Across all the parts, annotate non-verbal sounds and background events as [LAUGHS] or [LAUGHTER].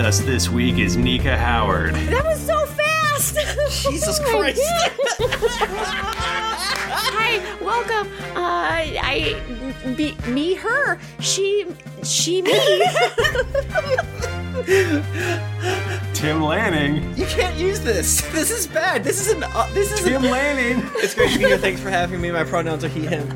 us this week is Nika Howard. That was so fast! [LAUGHS] Jesus Oh my Christ. Hi, welcome. Uh, I be, me her. She she [LAUGHS] me. Tim Lanning. You can't use this. [LAUGHS] This is bad. This is an. Uh, this is. Tim An, Lanning. it's great to [LAUGHS] be here. Thanks for having me. My pronouns are he, him.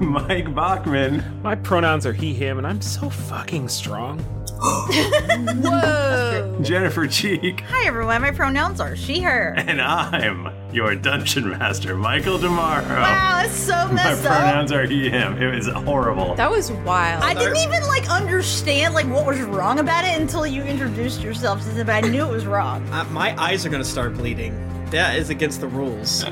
Mike Bachman. My pronouns are he, him, and I'm so fucking strong. Whoa. Jennifer Cheek. Hi, everyone. My pronouns are she, [LAUGHS] her. And I'm your dungeon master, Michael DeMaro. Wow, that's so My messed up. pronouns are he, him. It was horrible. That was wild. I didn't even like understand like what was wrong about it until you introduced yourself to them. I knew it was wrong. [LAUGHS] Uh, my eyes are gonna start bleeding. That is against the rules.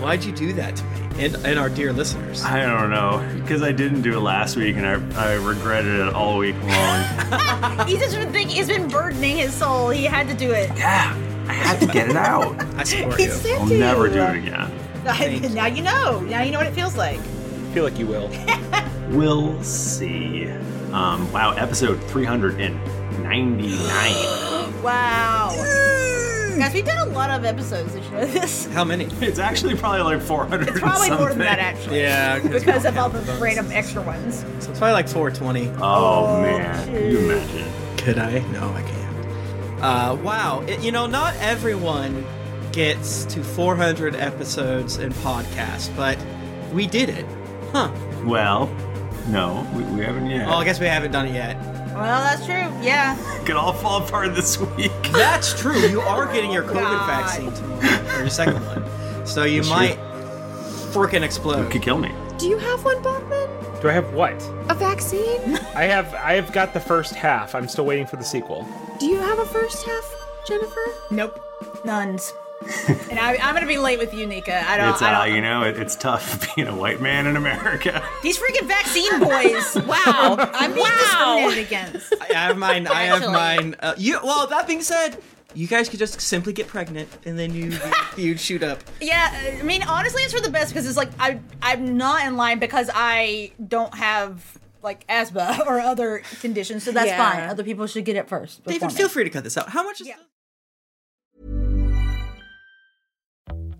Why'd you do that to me and and our dear listeners? I don't know, because I didn't do it last week and I, I regretted it all week long. He's just been thinking, he's been burdening his soul. He had to do it. yeah, I had to get it out. I support He you. said I'll to never you. do it again. [LAUGHS] Thank now you know. Now you know what it feels like. I feel like you will. We'll see. Um, wow, episode [LAUGHS] 399. Wow. Guys, we've done a lot of episodes this year. [LAUGHS] [LAUGHS] This How many? It's actually probably like 400. it's probably and more than something. that actually. Yeah. Because of all the random extra ones. So it's probably like 420. Oh, man. Can you imagine? Could I? No, I can't. Uh, wow. It- you know, not everyone gets to 400 episodes in podcasts, but we did it. Huh. Well, no, we, we haven't yet. Oh, I guess we haven't done it yet. Well, that's true. Yeah. It could all fall apart this week. That's true. You are getting your COVID Oh God. vaccine tomorrow, or your second one. So you That's might true. freaking explode. It could kill me. Do you have one, Bachman? Do I have what? A vaccine? I have I have got the first half. I'm still waiting for the sequel. Do you have a first half, Jennifer? Nope. [LAUGHS] Nuns. and I, I'm gonna be late with you, Nika. I don't. It's, I uh, don't. you know, it, it's tough [LAUGHS] being a white man [LAUGHS] in America. These freaking vaccine boys. [LAUGHS] wow. I'm being discriminated against. I have mine. I have Actually. mine. Uh, you. Well, that being said, you guys could just simply get pregnant and then [LAUGHS] you you'd shoot up. Yeah. I mean, honestly, it's for the best because it's like I I'm not in line because I don't have like asthma [LAUGHS] or other conditions, so that's Yeah. fine. Other people should get it first. before David, me. feel free to cut this out. How much is? Yeah.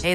Hey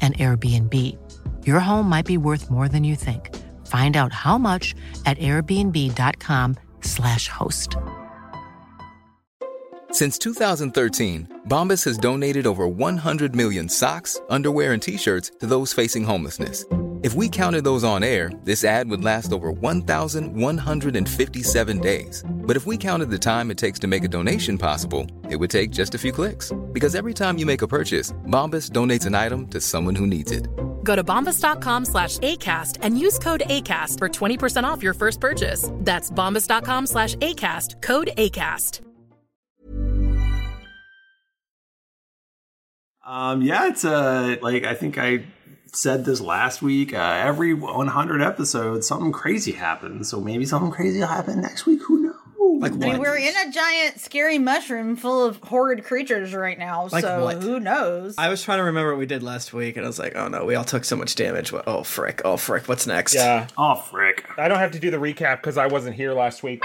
an Airbnb. Your home might be worth more than you think. Find out how much at airbnb.com/slash host. Since 2013, Bombas has donated over 100 million socks, underwear, and t shirts to those facing homelessness. If we counted those on air, this ad would last over 1,157 days. But if we counted the time it takes to make a donation possible, it would take just a few clicks. Because every time you make a purchase, Bombas donates an item to someone who needs it. Go to bombas.com slash ACAST and use code ACAST for 20% off your first purchase. That's bombas.com slash ACAST. Code ACAST. Um, yeah, it's uh, like I think I said this last week. Uh, every 100 episodes, something crazy happens. So maybe something crazy will happen next week. Who knows? Like I mean, what? we're in a giant scary mushroom full of horrid creatures right now, Like so what? who knows? I was trying to remember what we did last week, and I was like, oh no, we all took so much damage. What- Oh frick! Oh frick! What's next? Yeah. Oh frick! I don't have to do the recap because I wasn't here last week.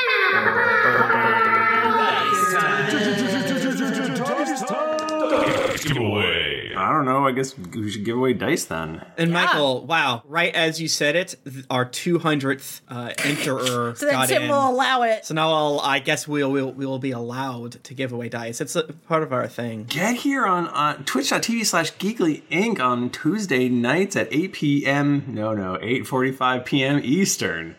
Giveaway. I don't know. I guess we should give away dice then. And Michael, wow! Right as you said it, th- our 200th [LAUGHS] uh, enterer so that got Tim in. will allow it. So now I'll, I guess we'll, we'll we'll be allowed to give away dice. It's a part of our thing. Get here on uh, twitch.tv slash geekly inc on Tuesday nights at 8 p.m. No, no, 8.45 p.m. Eastern.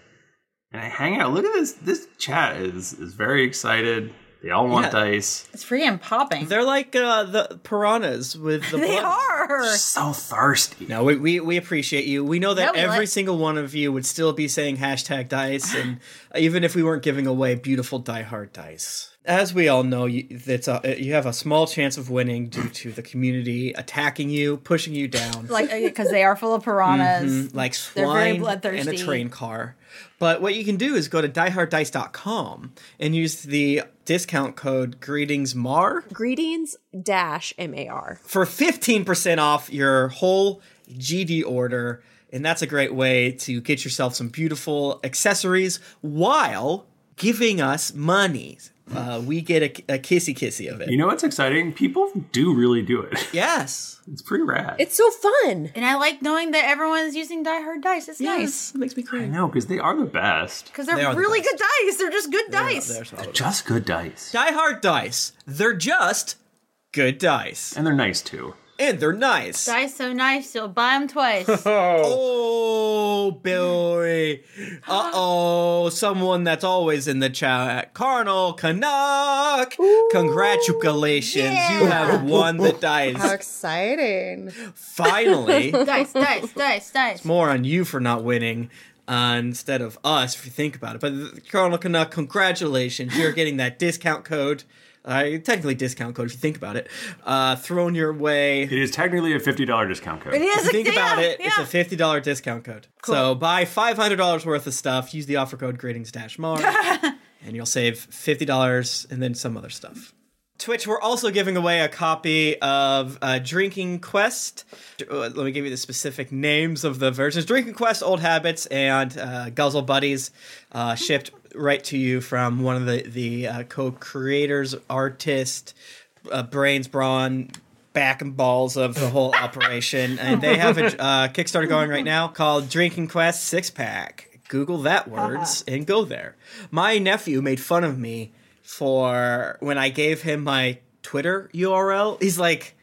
And I hang out. Look at this. This chat is, is very excited. They all want Yeah. dice. It's free and popping. They're like uh, the piranhas with the. [LAUGHS] They blood. are. So thirsty. No, we, we, we appreciate you. We know that Yeah, we every like- single one of you would still be saying hashtag dice, [SIGHS] and even if we weren't giving away beautiful diehard dice. As we all know, you, that's a, you have a small chance of winning due to the community attacking you, pushing you down. like because they are full of piranhas. Mhm, like They're very swine and a bloodthirsty. train car. But what you can do is go to dieharddice.com and use the discount code greetingsmar Greetings dash MAR. for 15% off your whole GD order. And that's a great way to get yourself some beautiful accessories while giving us money. Uh, we get a, a kissy kissy of it. You know what's exciting? People do really do it. Yes. It's pretty rad. It's so fun. And I like knowing that everyone's using Die Hard dice. It's nice. It makes me cry. I know, because they are the best. Because they're They are the really good dice. They're just good dice. Just good dice. Die Hard Dice. They're just good dice. And they're nice too. And they're nice. Dice so nice, you'll buy them twice. Oh, Billy. Uh oh, someone that's always in the chat. Carnal Canuck. Congratulations. You have won the [LAUGHS] How dice. exciting. [LAUGHS] Finally. [LAUGHS] dice, dice, dice, dice. More on you for not winning. Uh, instead of us, if you think about it. But th- Colonel Canuck, congratulations. You're getting that discount code. Uh, technically, discount code if you think about it. Uh, thrown your way. It is technically a $50 discount code. It If is. you think yeah, about it, yeah. it's a fifty dollar discount code. So buy five hundred dollars worth of stuff. Use the offer code greetings dash mar, [LAUGHS] and you'll save fifty dollars and then some other stuff. Twitch, we're also giving away a copy of uh, Drinking Quest. Uh, Let me give you the specific names of the versions Drinking Quest, Old Habits, and uh, Guzzle Buddies, uh, shipped right to you from one of the, the uh, co creators, artist, uh, brains, brawn, back and balls of the whole operation. And they have a uh, Kickstarter going right now called Drinking Quest Six Pack. Google that words and go there. My nephew made fun of me for when I gave him my Twitter URL. He's like,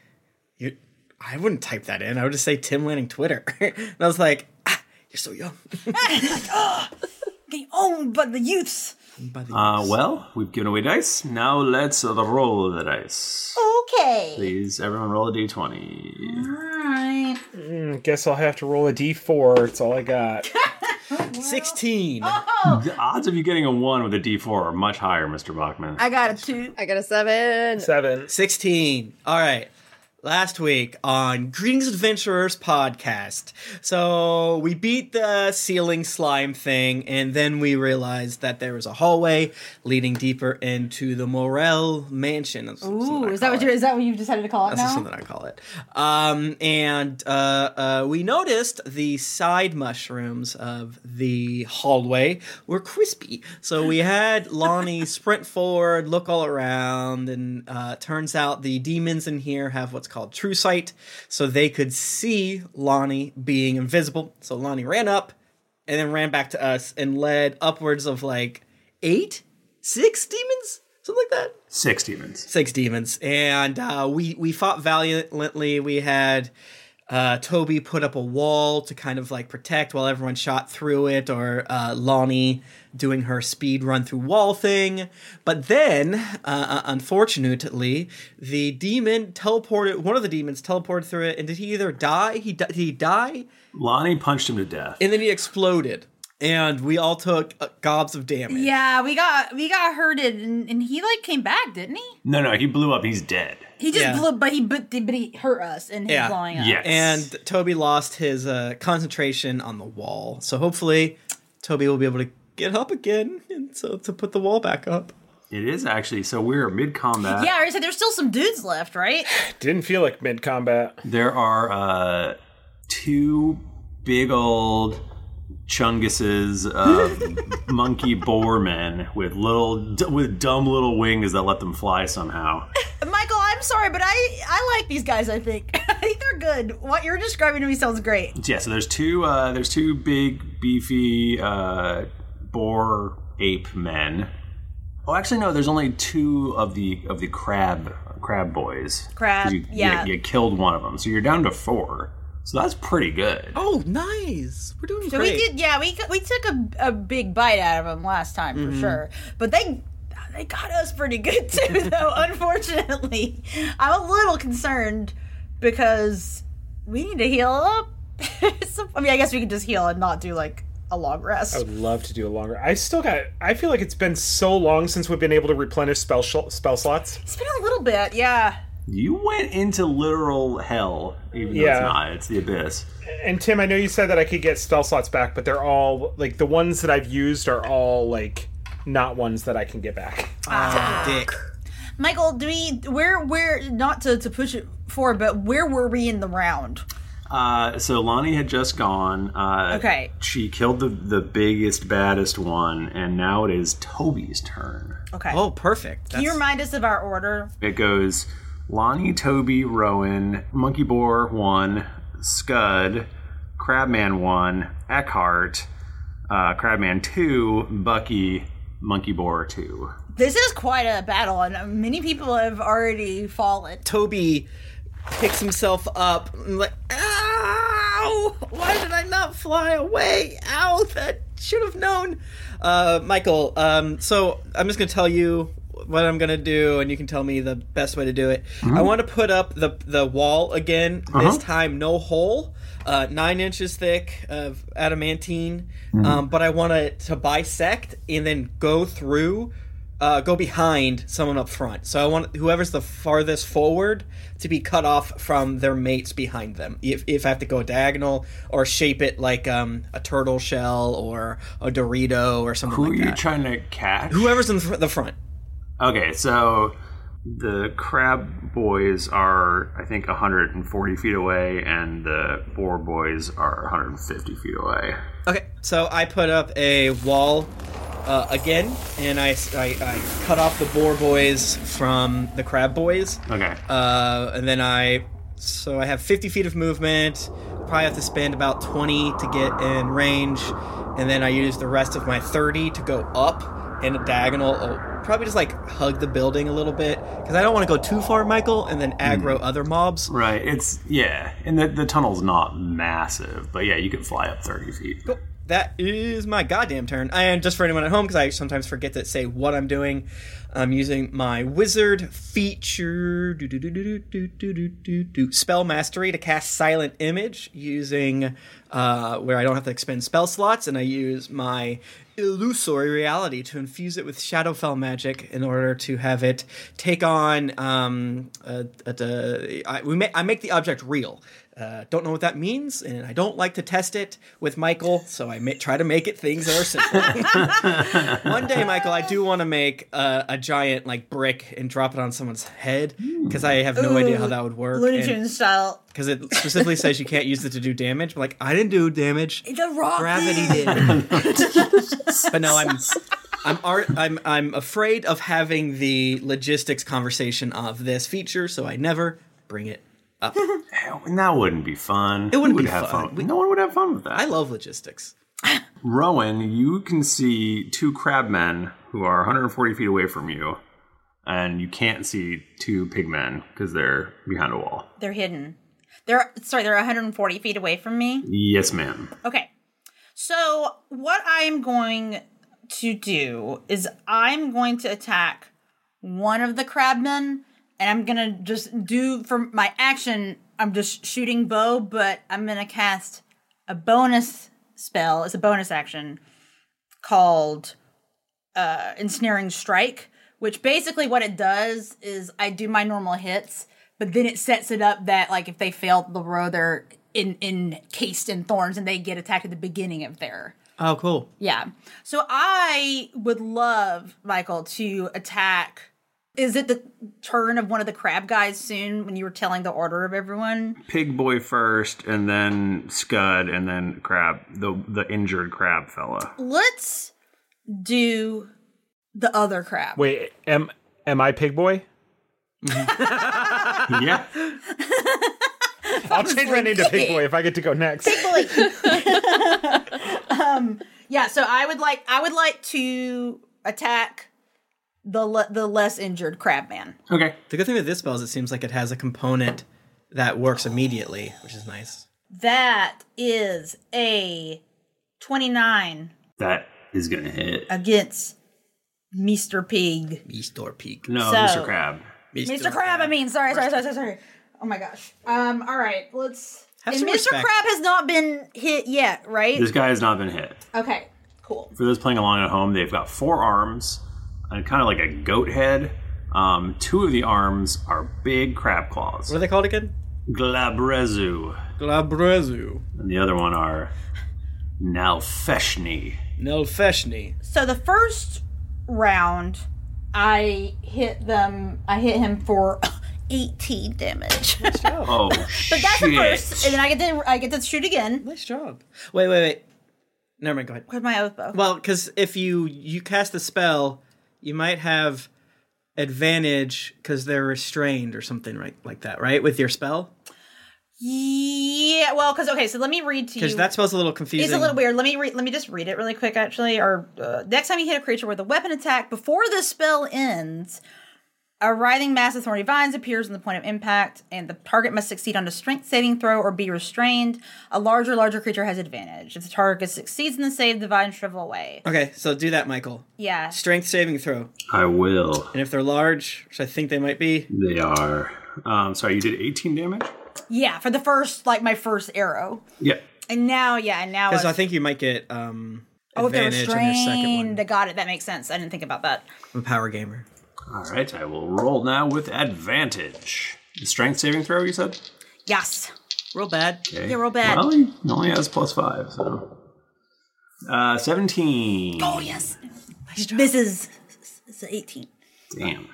you, I wouldn't type that in. I would just say Tim Lanning Twitter. [LAUGHS] and I was like, ah, you're so young. Getting owned by the youths. Uh, well, we've given away dice. Now let's roll the dice. Okay. Please, everyone roll a d20. Alright. Mm, guess I'll have to roll a d4. It's all I got. 16. The odds of you getting a 1 with a d4 are much higher, Mr. Bachman. I got a two. I got a seven. Seven. 16. All right. Last week on Greetings Adventurers podcast. So we beat the ceiling slime thing, and then we realized that there was a hallway leading deeper into the Morel mansion. That's Ooh, something I is that call what it. you is that what you decided to call it That's just now? something I call it. Um, and uh, uh, we noticed the side mushrooms of the hallway were crispy. So we had Lonnie sprint forward, look all around, and uh, turns out the demons in here have what's called true sight. So they could see Lonnie being invisible. So Lonnie ran up and then ran back to us and led upwards of like eight, six demons? Something like that Six demons. six demons, and uh, we we fought valiantly. We had uh, Toby put up a wall to kind of like protect while everyone shot through it, or uh, Lonnie doing her speed run through wall thing. But then, uh, uh, unfortunately, the demon teleported. One of the demons teleported through it, and did he either die? He di- did he die? Lonnie punched him to death. And then he exploded, and we all took uh, gobs of damage. Yeah, we got we got herded and, and he like came back, didn't he? No, no, he blew up. He's dead. He just Yeah. blew but he but, but he hurt us in his Yeah. blowing up. Yes. And Toby lost his uh, concentration on the wall. So hopefully, Toby will be able to get up again and so to put the wall back up. It is actually. So we're mid combat. Yeah, I said there's still some dudes left, right? Didn't feel like mid combat. There are uh, two big old chunguses of [LAUGHS] monkey boarmen with little d- with dumb little wings that let them fly somehow. Michael, I'm sorry, but I I like these guys. I think [LAUGHS] I think they're good. What you're describing to me sounds great. Yeah, so there's two uh, there's two big beefy uh, boar ape men. Oh, actually, no. There's only two of the of the crab crab boys. Crab, 'Cause you, yeah. You, you killed one of them, so you're down to four. So that's pretty good. Oh, nice. We're doing So we did, yeah. We we took a, a big bite out of them last time for Mhm. sure, but they they got us pretty good [LAUGHS] too, though. unfortunately, I'm a little concerned because we need to heal up. [LAUGHS] So- I mean, I guess we could just heal and not do like a long rest. I would love to do a longer. I still got. I feel like it's been so long since we've been able to replenish spell sh- spell slots. It's been a little bit, yeah. You went into literal hell, even though Yeah. it's not. It's the abyss. And Tim, I know you said that I could get spell slots back, but they're all like the ones that I've used are all like not ones that I can get back. Ah, dick. Michael, do we where where not to, to push it forward, but where were we in the round? Uh, so Lonnie had just gone. Uh, Okay. She killed the the biggest, baddest one, and now it is Toby's turn. Okay. Oh, perfect. Can you remind us of our order? It goes Lonnie, Toby, Rowan, Monkey Boar, one, Scud, Crabman, one, Eckhart, uh, Crabman, two, Bucky, Monkey Boar, two. This is quite a battle, and many people have already fallen. Toby picks himself up and like, ow! Why did I not fly away? Ow! That should have known. Uh, Michael, um, so I'm just gonna tell you what I'm gonna do, and you can tell me the best way to do it. Mhm. I want to put up the the wall again. Uh-huh. This time, no hole. Uh, nine inches thick of adamantine, Mhm. um, but I want it to bisect and then go through uh, go behind someone up front. So I want whoever's the farthest forward to be cut off from their mates behind them. If, if I have to go diagonal or shape it like um, a turtle shell or a Dorito or something Who like are you that. trying to catch? Whoever's in the fr- the front. Okay, so the Crab Boys are, I think, 140 feet away, and the Boar Boys are 150 feet away. Okay, so I put up a wall uh, again, and I, I, I cut off the boar boys from the crab boys. Okay. Uh, and then I, so I have 50 feet of movement. Probably have to spend about 20 to get in range, and then I use the rest of my 30 to go up in a diagonal. Or probably just like hug the building a little bit because I don't want to go too far, Michael, and then aggro other mobs. Right, it's, yeah, and the, the tunnel's not massive, but yeah, you can fly up 30 feet. Cool. That is my goddamn turn. And just for anyone at home, because I sometimes forget to say what I'm doing, I'm using my wizard feature do, do, do, do, do, do, do, do, do, spell mastery to cast silent image using uh, where I don't have to expend spell slots, and I use my illusory reality to infuse it with shadowfell magic in order to have it take on um uh, uh, I, we ma- I make the object real uh, don't know what that means and i don't like to test it with michael so i ma- try to make it things that are [LAUGHS] simple one day michael i do want to make a, a giant like brick and drop it on someone's head because i have no idea how that would work Looney Tunes style. because it specifically says you can't use it to do damage but like i didn't do damage The rock. gravity did [LAUGHS] but no, I'm I'm ar- I'm I'm afraid of having the logistics conversation of this feature, so I never bring it up. And that wouldn't be fun. It wouldn't Who would be have fun. fun. No one would have fun with that. I love logistics. Rowan, you can see two crabmen who are 140 feet away from you, and you can't see two pigmen because they're behind a wall. They're hidden. They're sorry, they're 140 feet away from me. Yes, ma'am. Okay. So what I'm going to do is I'm going to attack one of the crabmen, and I'm gonna just do for my action. I'm just shooting bow, but I'm gonna cast a bonus spell. It's a bonus action called uh, ensnaring strike, which basically what it does is I do my normal hits, but then it sets it up that like if they fail the row, they're in encased in thorns and they get attacked at the beginning of their Oh, cool. Yeah. So I would love Michael to attack. Is it the turn of one of the crab guys soon when you were telling the order of everyone? Pig boy first, and then Scud, and then Crab, the the injured Crab fella. Let's do the other crab. Wait, am am I pig boy? [LAUGHS] yeah. I'll change my name to pig boy if I get to go next. um, yeah, so I would like I would like to attack the le- the less injured crab man. Okay. The good thing with this spell is it seems like it has a component that works immediately, which is nice. That is a 29 That is gonna hit. against Mr. Pig. Mr. Peak. No, So- Mr. Crab. Mr. Crab, I mean, sorry, sorry, sorry, sorry, sorry. Oh my gosh. Um, all right, let's. Have and some Mr. respect. Crab has not been hit yet, right? This guy has not been hit. Okay, cool. For those playing along at home, they've got four arms and kind of like a goat head. Um, two of the arms are big crab claws. What are they called again? Glabrezu. Glabrezu. And the other one are Nalfeshni. Nalfeshni. So the first round, I hit them. I hit him for [LAUGHS] 18 damage. [LAUGHS] Oh, [LAUGHS] But that's the first, and then I get to I get to shoot again. Nice job. Wait, wait, wait. Never mind. Go ahead. With my oath bow. Well, because if you you cast the spell, you might have advantage because they're restrained or something right like that, right? With your spell, Yeah. Well, because okay, so let me read to you. because that spell's a little confusing. It's a little weird. Let me re- let me just read it really quick, actually. Or uh, next time you hit a creature with a weapon attack before the spell ends, a writhing mass of thorny vines appears in the point of impact, and the target must succeed on a strength saving throw or be restrained. A larger, larger creature has advantage. If the target succeeds in the save, the vines shrivel away. Okay, so do that, Michael. Yeah. Strength saving throw, I will. and if they're large, which I think they might be, They are. Um, sorry, you did 18 damage? Yeah, for the first like my first arrow, Yeah. and now yeah, and now because I it's- think you might get um oh, if they're advantage on your second one. restrained. I got it. That makes sense. I didn't think about that. I'm a power gamer. All right, I will roll now with advantage. Strength saving throw, you said? Yes. Real bad. Okay. Yeah, real bad. Well, he only has plus five, so. Uh, 17. Oh yes. Misses. It's an eighteen. Damn.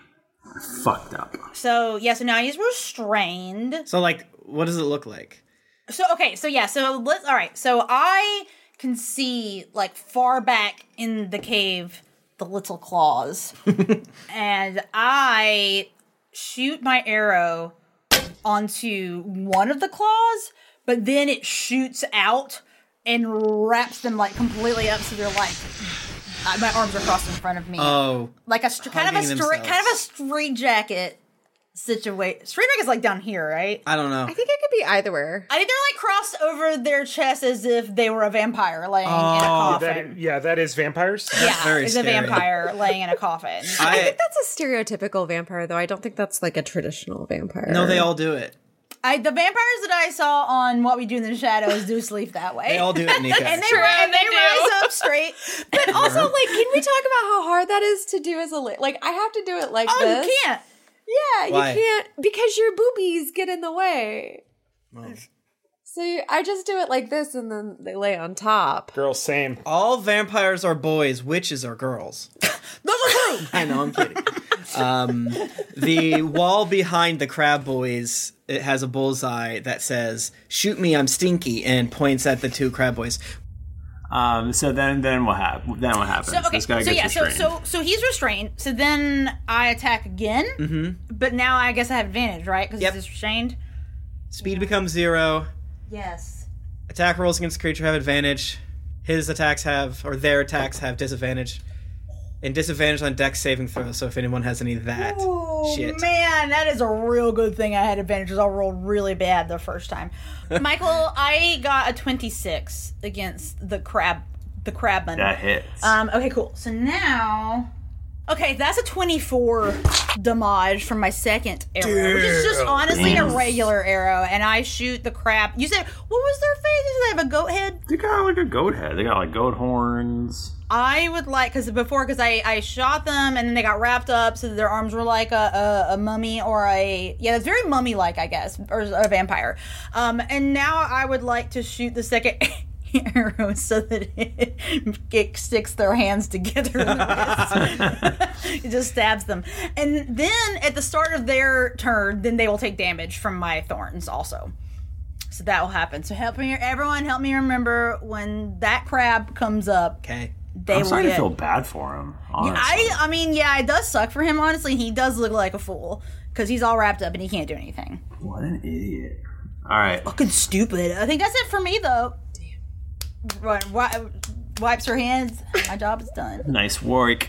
I fucked up. So yeah, so now he's restrained. So like, what does it look like? So okay, so yeah, so let's all right. So I can see like far back in the cave the [LAUGHS] little claws, and I shoot my arrow onto one of the claws, but then it shoots out and wraps them like completely up, so they're like [SIGHS] uh, my arms are crossed in front of me Oh, like a str- kind of a Hugging stra- themselves. kind of a straight jacket situation. Straight jacket's like down here, right? I don't know. I think it could be either where. I think they're like crossed over their chest as if they were a vampire laying in a coffin. that, yeah, that is vampires. yeah, is a vampire laying in a coffin. I, [LAUGHS] think that's a stereotypical vampire, though. I don't think that's like a traditional vampire. No, they all do it. I, the vampires that I saw on What We Do in the Shadows do sleep that way. They all do [LAUGHS] it, Nika. and they, True, and they, they do. rise up straight. But also, like, can we talk about how hard that is to do as a li- like? I have to do it like Oh, you this. can't. Yeah, Why? you can't because your boobies get in the way. So you, I just do it like this, and then they lay on top. Girl, same. All vampires are boys. Witches are [LAUGHS] girls. [LAUGHS] I know. I'm kidding. Um, the wall behind the crab boys it has a bullseye that says "Shoot me, I'm stinky," and points at the two crab boys. Um, so then, then what happened? Then what happens? So okay, this guy so gets yeah, restrained. so so so he's restrained. So then I attack again, Mm-hmm. but now I guess I have advantage, right? Because he's restrained. Speed becomes zero. Yes. Attack rolls against the creature have advantage. His attacks have, or their attacks have disadvantage, and disadvantage on deck saving throws. So if anyone has any of that shit, Man, that is a real good thing I had advantages. I rolled really bad the first [LAUGHS] time. Michael, I got a 26 against the crab the crabman. That hits. Um okay, cool. So now Okay, that's a 24 damage from my second arrow, which is just Damn. honestly Damn. a regular arrow and I shoot the crab. You said what was their face? You said they have a goat head? they got like a goat head. They got like goat horns. I would like because before because I I shot them and then they got wrapped up so that their arms were like a, a, a mummy or a yeah that's very mummy like I guess or a vampire, um and now I would like to shoot the second [LAUGHS] arrows so that it, it sticks their hands together. in the wrists. it just stabs them. And then at the start of their turn, then they will take damage from my thorns also. So that will happen. So help me, everyone, help me remember when that crab comes up. Okay. They I'm will starting get- to feel bad for him. Yeah, Honestly. I, I mean, yeah, it does suck for him. Honestly, he does look like a fool because he's all wrapped up and he can't do anything. What an idiot. All right. Fucking stupid. I think that's it for me, though. Right, wi- wipes her hands. My job is done. [LAUGHS] Nice work.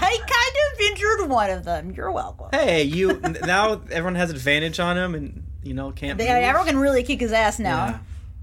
I kind of injured one of them. You're welcome. Hey, you n- now everyone has advantage on him, and you know can't. They, move. everyone can really kick his ass now.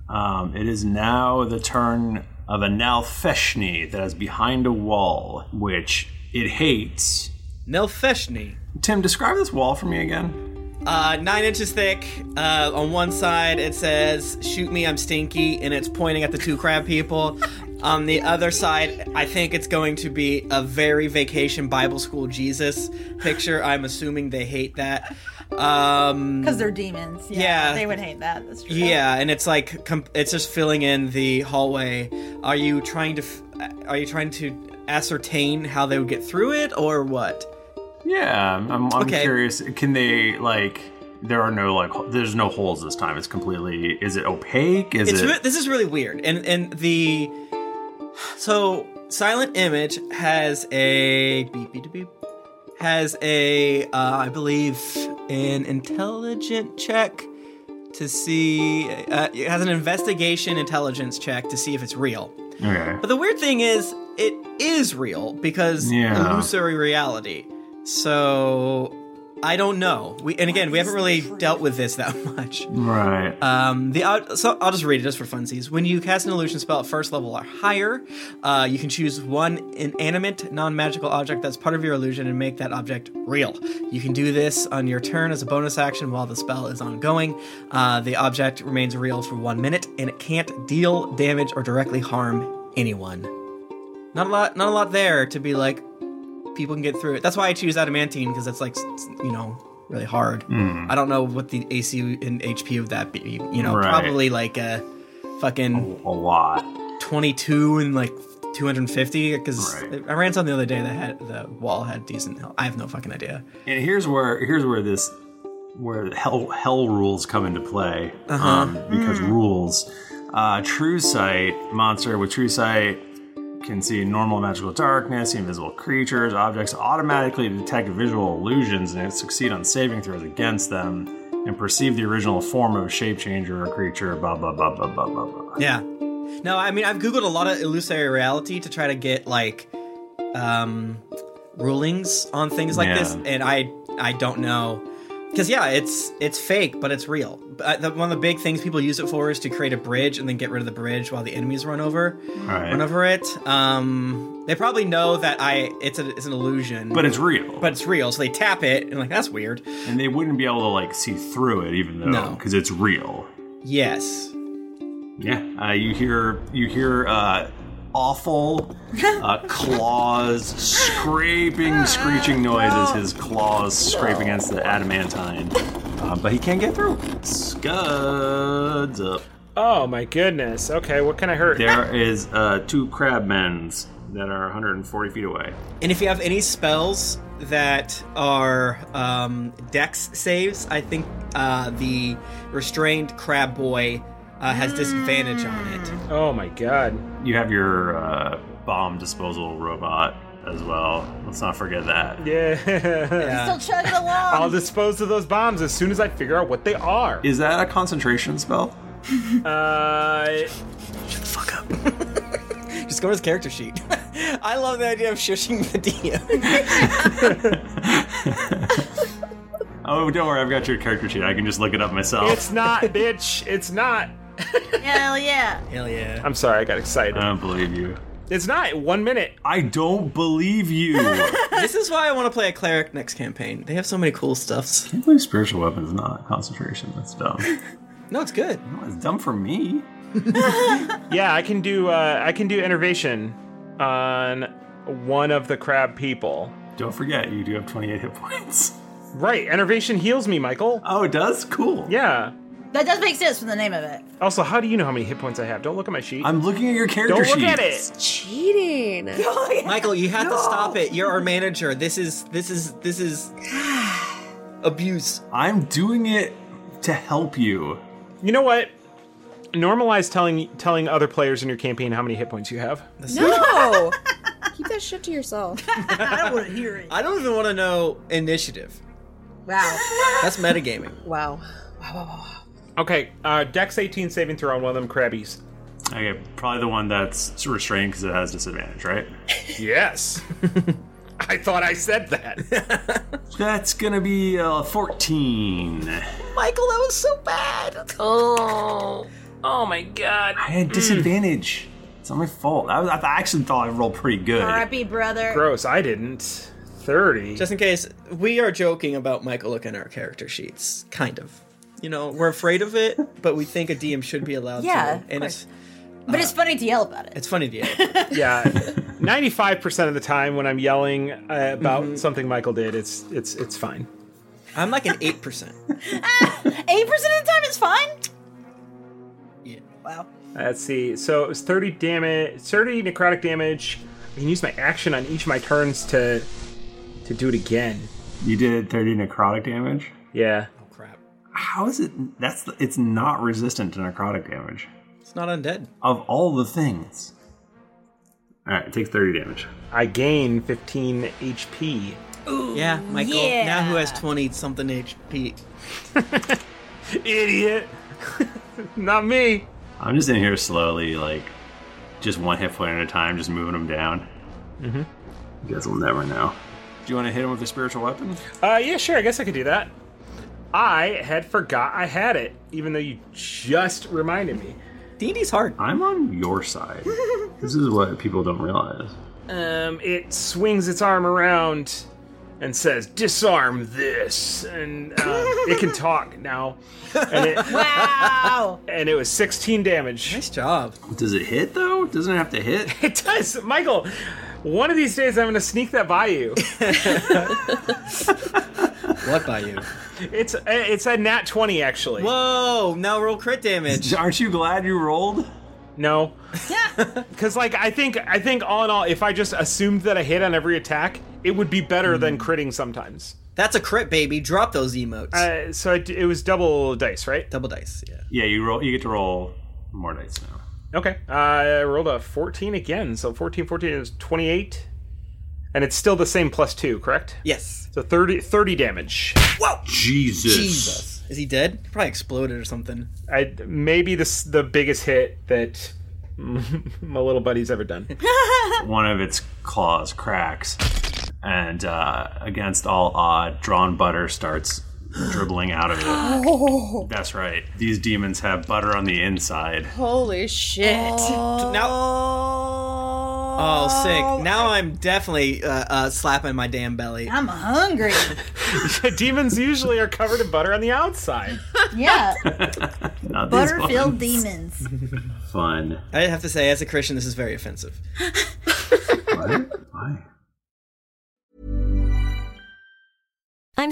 Um, it is now the turn of a Nalfeshni that is behind a wall, which it hates. Nalfeshni. Tim, describe this wall for me again. Uh, nine inches thick. Uh, on one side it says "Shoot me, I'm stinky," and it's pointing at the two crab people. on the other side, I think it's going to be a very vacation Bible school Jesus picture. I'm assuming they hate that. Um, Because they're demons. Yeah, Yeah. They would hate that. That's true. Yeah, and it's like com- it's just filling in the hallway. Are you trying to f- are you trying to ascertain how they would get through it or what? Yeah, I'm, I'm Okay. curious. Can they like? There are no like. ho- There's no holes this time. It's completely. Is it opaque? Is it's it? re- this is really weird. And and the so silent image has a beep beep beep has a uh, I believe an intelligent check to see uh, it has an investigation intelligence check to see if it's real. okay. But the weird thing is, it is real because Yeah. illusory reality. So I don't know. We and again, we haven't really dealt with this that [LAUGHS] much. Right. Um, the out- so I'll just read it just for funsies. When you cast an illusion spell at first level or higher, uh, you can choose one inanimate, non-magical object that's part of your illusion and make that object real. You can do this on your turn as a bonus action while the spell is ongoing. Uh, the object remains real for one minute, and it can't deal damage or directly harm anyone. Not a lot. Not a lot there to be like. People can get through it. That's why I choose adamantine because it's like s- s- you know really hard. Hmm. I don't know what the AC and HP of that be. You know, Right. probably like a fucking a, lot. Twenty-two and like two hundred and fifty. Because I ran something the other day that had the wall had decent. health. I have no fucking idea. And here's where here's where this where hell hell rules come into play um, Uh-huh. because Mm. rules. Uh, true sight monster with true sight can see normal magical darkness, see invisible creatures, objects. Automatically detect visual illusions and succeed on saving throws against them, and perceive the original form of a shape changer or creature. Blah blah blah blah blah blah. blah. Yeah. No, I mean I've googled a lot of illusory reality to try to get like um rulings on things like this Yeah. and I I don't know cuz yeah, it's it's fake but it's real. But the, one of the big things people use it for is to create a bridge and then get rid of the bridge while the enemies run over Right. run over it. Um they probably know that I it's a, it's an illusion. But it's real. But it's real. So they tap it and like that's weird. And they wouldn't be able to like see through it, even though No. because it's real. Yes. Yeah, uh, you hear you hear uh, awful uh, claws scraping, screeching noise as his claws scrape against the adamantine, uh, but he can't get through. Scuds up. Oh my goodness. Okay, what can I hurt? There is uh, two crabmen's that are 140 feet away. And if you have any spells that are um, dex saves, I think uh, the restrained crab boy uh, has disadvantage on it. Oh my god. You have your uh, bomb disposal robot as well. Let's not forget that. Yeah. Still chugging along. I'll dispose of those bombs as soon as I figure out what they are. Is that a concentration spell? Uh, [LAUGHS] Just go to his character sheet. [LAUGHS] I love the idea of shushing the DM. Oh, don't worry, I've got your character sheet. I can just look it up myself. it's not, bitch. It's not. Hell yeah. Hell yeah. I'm sorry, I got excited. I don't believe you. It's not. One minute. I don't believe [LAUGHS] you. this is why I want to play a cleric next campaign. They have so many cool stuffs. I believe spiritual weapon is not concentration. That's dumb. No, it's good. No, it's dumb for me. yeah, I can do. Uh, I can do innervation on one of the crab people. Don't forget, you do have 28 hit points. [LAUGHS] Right, innervation heals me, Michael. Oh, it does. Cool. Yeah. That does make sense from the name of it. Also, how do you know how many hit points I have? Don't look at my sheet. I'm looking at your Don't look at it. cheating. Michael, you have to stop it. You're our manager. This is this is this is abuse. I'm doing it to help you. You know what? Normalize telling telling other players in your campaign how many hit points you have. No. Keep that shit to yourself. I don't want to hear it. I don't even want to know initiative. Wow. That's metagaming. Wow. Okay, uh, Dex 18 saving throw on one of them crabbies. Okay, probably the one that's restrained because it has disadvantage, right? [LAUGHS] yes. I thought I said that. That's gonna be uh, 14. Michael, that was so bad. Oh, oh my god. I had disadvantage. It's not my fault. I, was- I actually thought I rolled pretty good. R.I.P. brother. [LAUGHS] Gross. I didn't. 30. Just in case, we are joking about Michael looking at our character sheets. Kind of. You know, we're afraid of it, but we think a DM should be allowed Yeah, to. of And course. it's But it's funny to yell about it. it's funny to you. [LAUGHS] yeah. Ninety-five percent of the time, when I'm yelling uh, about something Michael did, it's it's it's fine. I'm like an eight [LAUGHS] percent. Eight percent of the time, it's fine. Wow. Let's see. So it was thirty damage, thirty necrotic damage. I can use my action on each of my turns to to do it again. You did 30 necrotic damage? Yeah. Oh, crap. How is it? That's the, It's not resistant to necrotic damage. It's not undead. Of all the things. Alright, it takes 30 damage. I gain 15 HP. yeah, Michael. yeah. Now who has twenty something HP? Idiot. [LAUGHS] Not me. I'm just in here slowly, like, just one hit point at a time, just moving them down. Mm-hmm. You guys will never know. Do you want to hit him with a spiritual weapon? Uh, yeah, sure. I guess I could do that. I had forgot I had it, even though you just reminded me. D&D's hard. I'm on your side. [LAUGHS] this is what people don't realize. Um, it swings its arm around and says, "Disarm this," and uh, it can talk now. And it, wow! And it was 16 damage. Nice job. Does it hit though? Doesn't it have to [LAUGHS] hit? It does, Michael. One of these days, I'm going to sneak that by you. What by [LAUGHS] you? It's it's a nat 20 actually. Whoa! Now roll crit damage. Aren't you glad you rolled? No. [LAUGHS] Because like I think I think all in all, if I just assumed that I hit on every attack, it would be better than critting sometimes. That's a crit, baby. Drop those emotes. Uh, so it, it was double dice, right? Double dice. Yeah. Yeah, you roll. You get to roll more dice now. Okay. Uh, I rolled a 14 again. So 14, 14 is 28. And it's still the same plus two, correct? Yes. So 30, 30 damage. Whoa! Jesus. Jesus. Is he dead? Probably exploded or something. I, maybe this the biggest hit that [LAUGHS] my little buddy's ever done. [LAUGHS] One of its claws cracks, and uh, against all odd, drawn butter starts dribbling out of it. Oh. That's right. These demons have butter on the inside. Holy shit. Now. Oh, sick. Now I'm definitely uh, uh, slapping my damn belly. I'm hungry. Demons usually are covered in butter on the outside. [LAUGHS] Yeah. Not these ones. Butterfield demons. Fun. I have to say, as a Christian, this is very offensive. I'm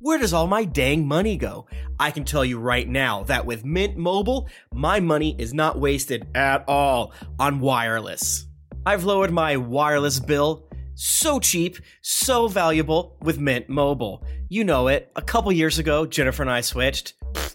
where does all my dang money go? I can tell you right now that with Mint Mobile, my money is not wasted at all on wireless. I've lowered my wireless bill so cheap, so valuable with Mint Mobile. You know it. A couple years ago, Jennifer and I switched. Pfft,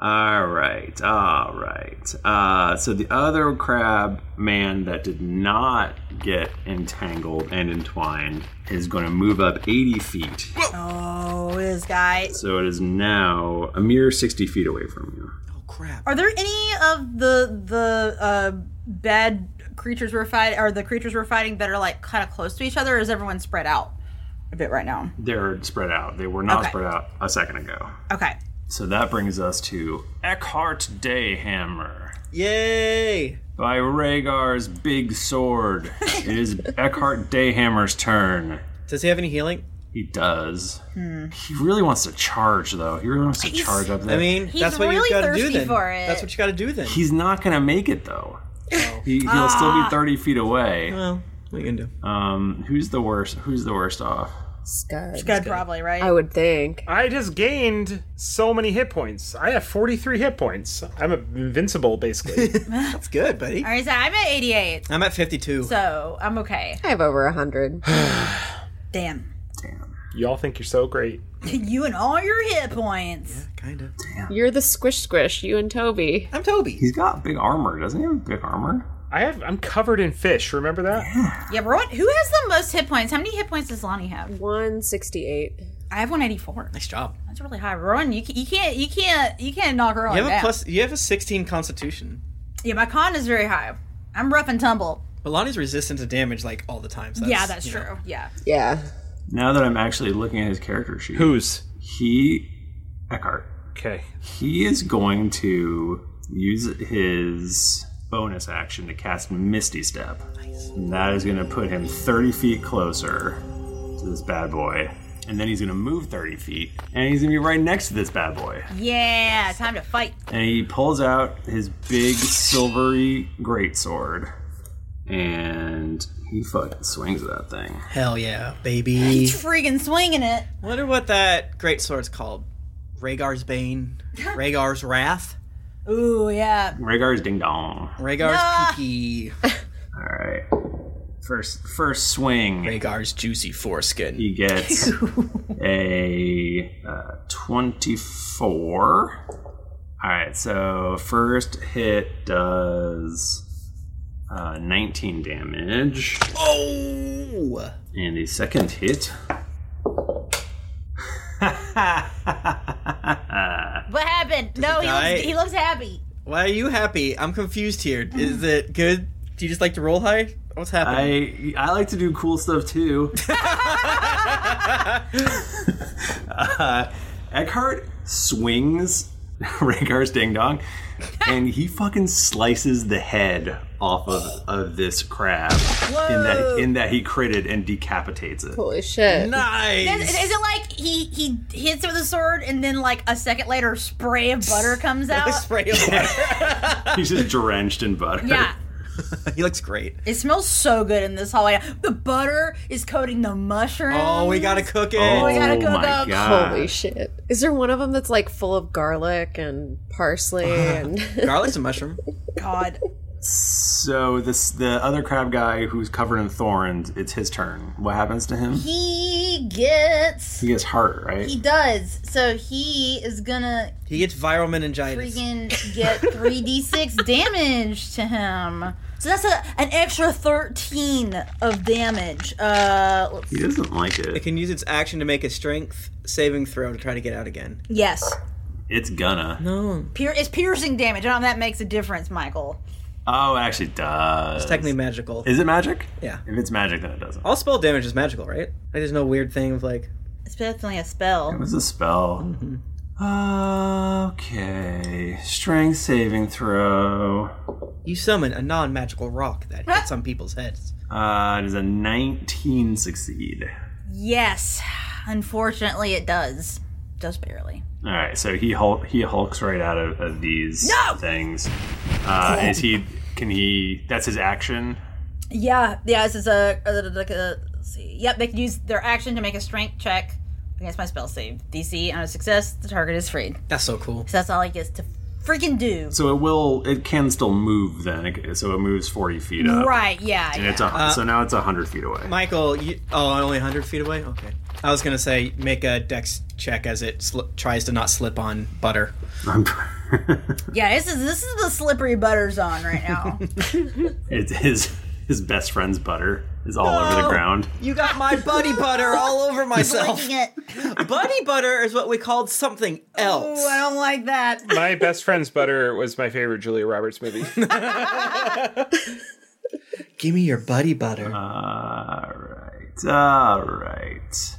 All right, all right. Uh, so the other crab man that did not get entangled and entwined is going to move up 80 feet. Oh, this guy. So it is now a mere 60 feet away from you. Oh, Are there any of the the uh, bad creatures we're fighting, or the creatures we're fighting that are like kind of close to each other? Or is everyone spread out a bit right now? They're spread out. They were not Okay. spread out a second ago. Okay. So that brings us to Eckhart Dayhammer. Yay! By Rhaegar's big sword. it is Eckhart Dayhammer's turn. Does he have any healing? He does. He really wants to charge, though. He really wants to charge up there. I mean, that's what you gotta do then. That's what you gotta do then. He's not going to make it, though. He, he'll still be 30 feet away. Well, what are you gonna do? Um, who's the worst? Who's the worst off? Scud. Scud. probably, right? I would think. I just gained so many hit points. I have 43 hit points. I'm invincible, [LAUGHS] basically. [LAUGHS] That's good, buddy. All right, so I'm at 88, I'm at 52. so I'm okay. I have over 100. Damn. [LAUGHS] Y'all think you're so great. you and all your hit points. kind of. You're the squish squish, you and Toby. I'm Toby. He's got big armor, doesn't he? Have big armor. I have. I'm covered in fish. Remember that? Yeah, but what, who has the most hit points? How many hit points does Lonnie have? 168. I have 184. Nice job. That's really high. Rowan, you, ca- you can't you can't you can't knock her you on have down. a plus. You have a 16 Constitution. Yeah, my con is very high. I'm rough and tumble. But Lonnie's resistant to damage like all the time. So yeah, that's true. Yeah. Yeah. Now that I'm actually looking at his character sheet, who's he? Eckhart. Okay. He is going to use his bonus action to cast Misty Step. And that is going to put him 30 feet closer to this bad boy. And then he's going to move 30 feet, and he's going to be right next to this bad boy. Yeah, time to fight. and he pulls out his big silvery greatsword and he fucking swings that thing. Hell yeah, baby. Freaking swinging it. Wonder what that great sword's called. Rhaegar's [LAUGHS] Bane. Rhaegar's Wrath. Ooh, yeah. Rhaegar's ding dong. Rhaegar's Ah. Peaky. All right. First first swing. Rhaegar's juicy foreskin. [LAUGHS] He gets a uh, 24. All right, so first hit does uh, 19 damage. Oh! And the second hit. [LAUGHS] What happened? no, he he die? looks, he looks happy. Why are you happy? I'm confused here. Is Mm. it good? Do you just like to roll high? What's happening? I I like to do cool stuff [LAUGHS] too. uh, Eckhart swings [LAUGHS] Rhaegar's ding dong, and he fucking slices the head off of, of this crab in that in that he critted and decapitates it. Holy shit. Is, is it like he he hits it with a sword and then like a second later a spray of [LAUGHS] butter comes out? spray of He's just drenched in butter. Yeah. he looks great. It smells so good in this hallway. The butter is coating the mushroom. Oh, we gotta cook it. [LAUGHS] Oh, we gotta cook up. Holy shit. Is there one of them that's like full of garlic and parsley and. [LAUGHS] Garlic's a mushroom. God. So this the other crab guy who's covered in thorns. It's his turn. What happens to him? He gets. He gets hurt, right? He does. So he is gonna He gets viral meningitis. freaking get 3d6 damage to him. So that's a, an extra 13 of damage. Uh, let's- He doesn't like it. It can use its action to make a strength saving throw to try to get out again. yes. It's gonna. No. Pier- it's piercing damage. I don't know if that makes a difference, Michael. Oh, it actually does. It's technically magical. Is it magic? Yeah. Oh. If it's magic, then it doesn't. All spell damage is magical, right? Like, there's no weird thing of like. It's definitely a spell. It was a spell. Mm-hmm. Okay. Strength saving throw. You summon a non magical rock that hits on people's heads. Uh, does a 19 succeed? Yes. Unfortunately, it does. Just barely. All right, so he hulk, he hulks right out of, of these No! things. Uh, is he? Can he? That's his action. Yeah. Yeah, this is a. a, a- a- let's see. Yep, they can use their action to make a strength check against my spell save. DC on a success, the target is freed. That's so cool. So that's all he gets to freaking do. So it will. It can still move then. It- So it moves forty feet up. Right, yeah. And yeah. it's a, Uh, so now it's hundred feet away. [LAUGHS] Michael, you. Oh, only 100 feet away? Okay. I was gonna say make a dex check as it sli- tries to not slip on butter. Yeah, this is this is the slippery butter zone right now. It's his his best friend's butter is all over the No. ground. [LAUGHS] You got [LAUGHS] my buddy butter all over myself. [LAUGHS] buddy butter is what we called something else. I don't like that. My best friend's butter was my favorite Julia [LAUGHS] Roberts movie. Give me your buddy butter. All right. All right.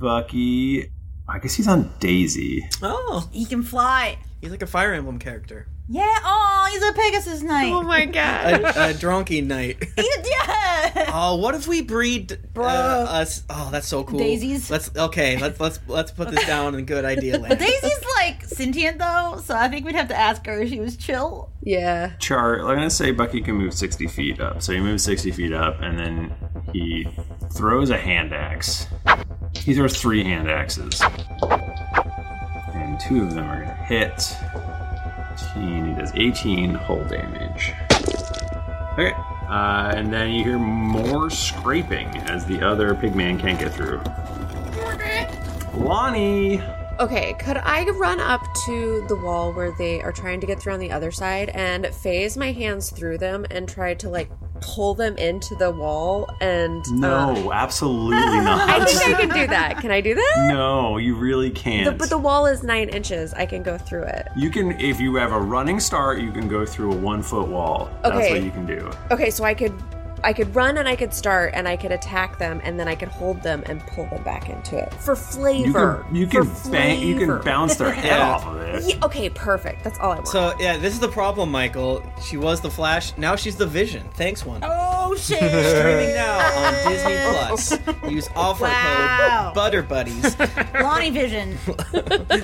Bucky. I guess he's on Daisy. Oh. He can fly. He's like a Fire Emblem character. Yeah, oh, he's a Pegasus knight. Oh my A, a drunky knight. yeah. [LAUGHS] Oh, what if we breed uh, us? Oh, that's so cool. Daisies? Let's okay. Let's let's let's put this down in good idea land. But Daisy's like sentient though, so I think we'd have to ask her if she was chill. Yeah. Char. I'm gonna say Bucky can move sixty feet up. So he moves sixty feet up, and then he throws a hand axe These are three hand axes. And two of them are gonna hit. 18, he does 18 hull damage. Okay. Uh, and then you hear more scraping as the other pigman can't get through. Lonnie! Uh. Okay, could I run up to the wall where they are trying to get through on the other side and phase my hands through them and try to like pull them into the wall and uh, No, [LAUGHS] absolutely not. I think I can do that. Can I do that? No, you really The- can't. but the wall is nine inches. I can go through it. You can, if you have a running start, you can go through a one foot wall. That's Okay. what you can do. Okay, so I could I could run and I could start and I could attack them and then I could hold them and pull them back into it for You flavor. can, you can For bang, you can flavor. bounce their [LAUGHS] head Yeah. off of it. Yeah, okay, perfect. That's all I want. So yeah, this is the problem, Michael. She was the Flash, now she's the Vision. Thanks, one. Oh [LAUGHS] shit! Streaming now on Disney Plus. Use offer Wow. code Butter [LAUGHS] Buddies. Lonnie Vision.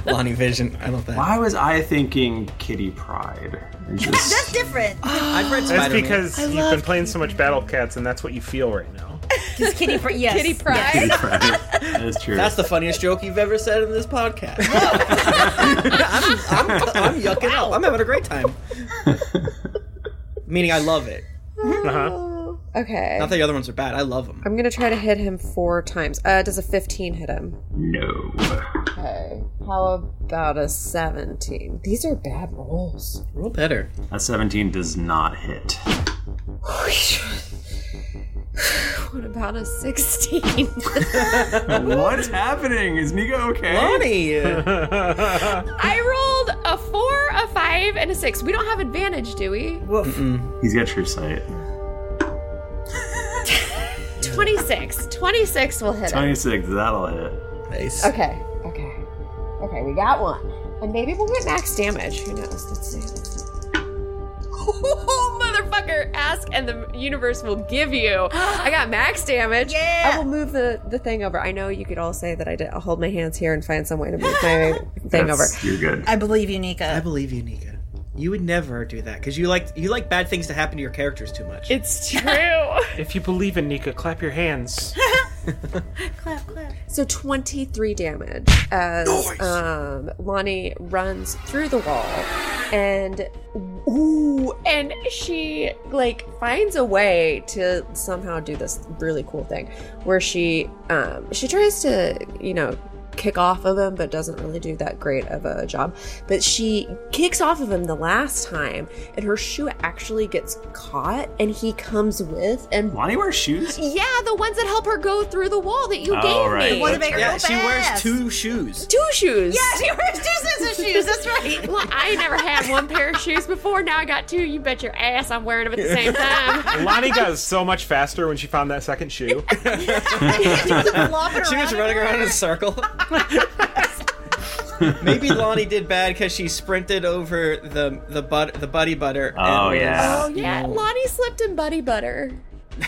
Lonnie Vision. I love that. Why was I thinking Kitty Pride? It's just- [LAUGHS] That's different. I've read That's because you've been playing so much Battle Cats, and that's what you feel right now. Because Kitty Pryde. Yes. Kitty Pryde. Kitty Pryde. That is true. That's the funniest joke you've ever said in this podcast. [LAUGHS] I'm, I'm, I'm yucking up. I'm having a great [LAUGHS] time. Meaning, I love it. Okay. Not that the other ones are bad. I love them. I'm gonna try to hit him four times. Uh, does a 15 hit him? No. Okay. How about a 17? These are bad rolls. Roll better. That 17 does not hit. What about a 16? What's happening? Is Nika okay? Lonnie! [LAUGHS] Uh-huh. I rolled a four, a five, and a six. We don't have advantage, do we? He's got true sight. 26. 26 will hit him. 26, that'll hit. Nice. Okay, okay. Okay, we got one. And maybe we'll get max damage. Who knows? Let's [LAUGHS] see. Oh, Motherfucker, ask and the universe will give you. I got max damage. [GASPS] Yeah. I will move the, the thing over. I know you could all say that I did. I'll hold my hands here and find some way to move [GASPS] my thing over. You're good. I believe you, Nika. I believe you, Nika. You would never do that because you like you like bad things to happen to your characters too much. It's true. [LAUGHS] If you believe in Nika, clap your hands. So 23 damage as um, Lonnie runs through the wall and ooh and she like finds a way to somehow do this really cool thing where she um, she tries to you know kick off of him but doesn't really do that great of a job but she kicks off of him the last time and her shoe actually gets caught and he comes with and Lonnie wears shoes? yeah the ones that help her go through the wall that you Oh, gave right. me What a big yeah, she wears two shoes. Two shoes. Yeah, [LAUGHS] she wears two sets of shoes. [LAUGHS] That's right. Well, I never had one pair of shoes before. Now I got two. You bet your ass I'm wearing them at the same time. Lonnie got so much faster when she found that second shoe. oh, she was running around in a circle. [LAUGHS] Maybe Lonnie did bad because she sprinted over the the but the buddy butter. Oh, was- yeah. Oh [LAUGHS] yeah, Lonnie slipped in Buddy Butter.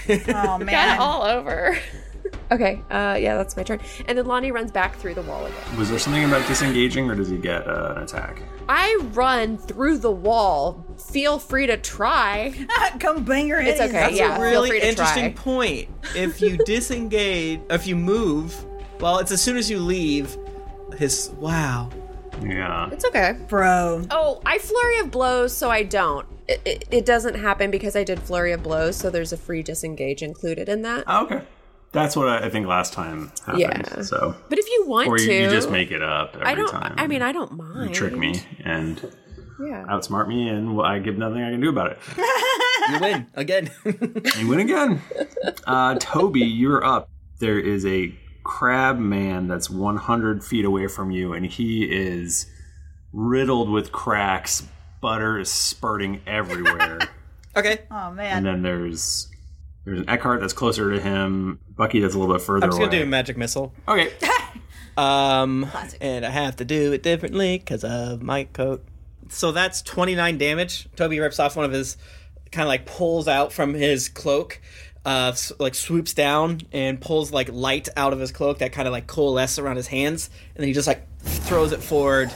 oh Got man. it all over. [LAUGHS] Okay, uh, yeah, that's my turn. And then Lonnie runs back through the wall again. Was there something about disengaging, or does he get uh, an attack? I run through the wall. Feel free to try. [LAUGHS] Come bang your head. It's okay. That's yeah, a feel really free to interesting Try. point. If [LAUGHS] you disengage, if you move, well, it's as soon as you leave. His wow. Yeah. It's okay, bro. Oh, I flurry of blows, so I don't. It, it, it doesn't happen because I did flurry of blows, so there's a free disengage included in that. Oh, okay. That's what I I think last time happened. Yeah. So. But if you want or you, to, you just make it up every I don't. time. I mean, I don't mind. You trick me Uh, and Yeah. outsmart me, and I give nothing I can do about it. You win again. [LAUGHS] You win [LAUGHS] again. Uh, Toby, you're up. There is a crab man that's 100 feet away from you, and he is riddled with cracks. Butter is spurting [LAUGHS] everywhere. Okay. Oh man. and then there's there's an Eckhart that's closer to him, Bucky that's a little bit further I'm just away. gonna do a magic missile. Okay. um, and I have to do it differently because of my coat. So that's 29 damage. Toby rips off one of his, kind of like pulls out from his cloak, uh, s- like swoops down and pulls like light out of his cloak that kind of like coalesces around his hands, and then he just like throws it forward,